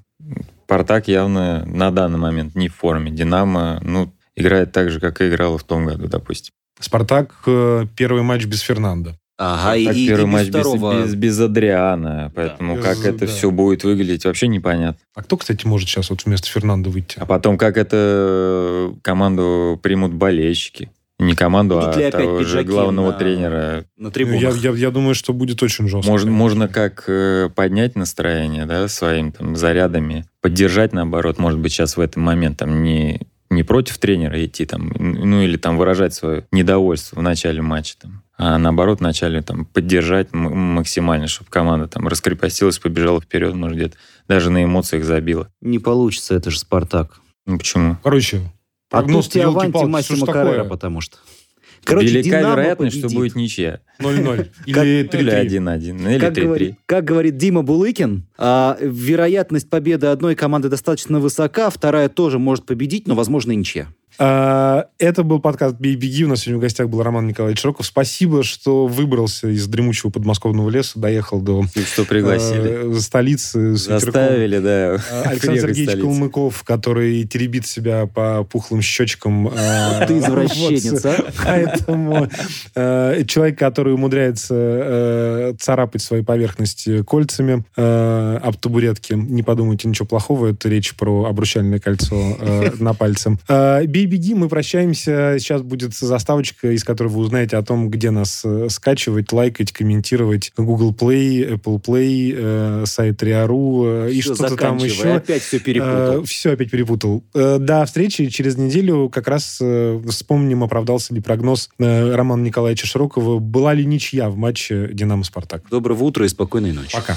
Speaker 5: Спартак явно на данный момент не в форме. Динамо, ну, играет так же, как и играла в том году, допустим.
Speaker 3: Спартак э, первый матч без Фернанда.
Speaker 4: Ага, и,
Speaker 5: так
Speaker 4: и- и
Speaker 5: первый
Speaker 4: без
Speaker 5: матч без,
Speaker 4: второго.
Speaker 5: без- без Адриана, поэтому
Speaker 3: Без-
Speaker 5: как это
Speaker 3: да.
Speaker 5: все будет выглядеть, вообще непонятно.
Speaker 3: А кто, кстати, может сейчас вот вместо Фернанда выйти?
Speaker 5: А потом, как это команду примут болельщики? Не команду,
Speaker 4: Будут ли
Speaker 5: а
Speaker 4: опять
Speaker 5: того же
Speaker 4: пиджаки на
Speaker 5: главного тренера.
Speaker 4: на
Speaker 3: Ну,
Speaker 4: трибунах.
Speaker 3: Я, я- я думаю, что будет очень жестко.
Speaker 5: Можно, можно как э, поднять настроение, да, своим там зарядами, поддержать, наоборот, может быть, сейчас в этот момент там не, не против тренера идти там, ну или там выражать свое недовольство в начале матча там, а наоборот, в начале там поддержать м- максимально, чтобы команда там раскрепостилась, побежала вперед, может, где-то даже на эмоциях забила.
Speaker 4: Не получится, это же Спартак.
Speaker 5: Ну почему?
Speaker 3: Короче,
Speaker 4: А
Speaker 3: прогноз
Speaker 4: тут тебе аванти
Speaker 3: палки
Speaker 4: Массимо Каррера, потому что.
Speaker 5: Велика
Speaker 4: «Динамо»
Speaker 5: вероятность, что
Speaker 4: победит.
Speaker 5: будет ничья.
Speaker 3: 0-0.
Speaker 4: Как-
Speaker 3: Или
Speaker 5: Или
Speaker 3: 3-1.
Speaker 5: 1-1, ну или
Speaker 4: Как говорит,
Speaker 5: 3-3.
Speaker 4: как говорит Дима Булыкин, а, вероятность победы одной команды достаточно высока, вторая тоже может победить, но, возможно, и ничья.
Speaker 3: А, Это был подкаст «Бей, беги». У нас сегодня в гостях был Роман Николаевич Роков. Спасибо, что выбрался из дремучего подмосковного леса, доехал до
Speaker 5: Что пригласили.
Speaker 3: э, столицы. с ветерком.
Speaker 5: Заставили, да.
Speaker 3: Э, Александр
Speaker 5: приехать в
Speaker 3: Сергеевич
Speaker 5: столицу.
Speaker 3: Калмыков, который теребит себя по пухлым щечкам. э,
Speaker 4: Ты извращенец, а?
Speaker 3: Поэтому э, человек, который умудряется э, царапать свои поверхности кольцами э, об табуретки, не подумайте ничего плохого, это речь про обручальное кольцо э, на пальце. Э, Бей, беги, мы прощаемся. Сейчас будет заставочка, из которой вы узнаете о том, где нас э, скачивать, лайкать, комментировать. Google Play, Apple Play, э, сайт Риару э, и
Speaker 4: Всё,
Speaker 3: что-то там А,
Speaker 4: заканчивай.
Speaker 3: еще.
Speaker 4: Опять все перепутал.
Speaker 3: все Э, опять перепутал. Э, до встречи через неделю. Как раз э, вспомним, оправдался ли прогноз э, Романа Николаевича Широкова. Была ли ничья в матче «Динамо-Спартак».
Speaker 4: Доброго утра и спокойной ночи.
Speaker 3: Пока.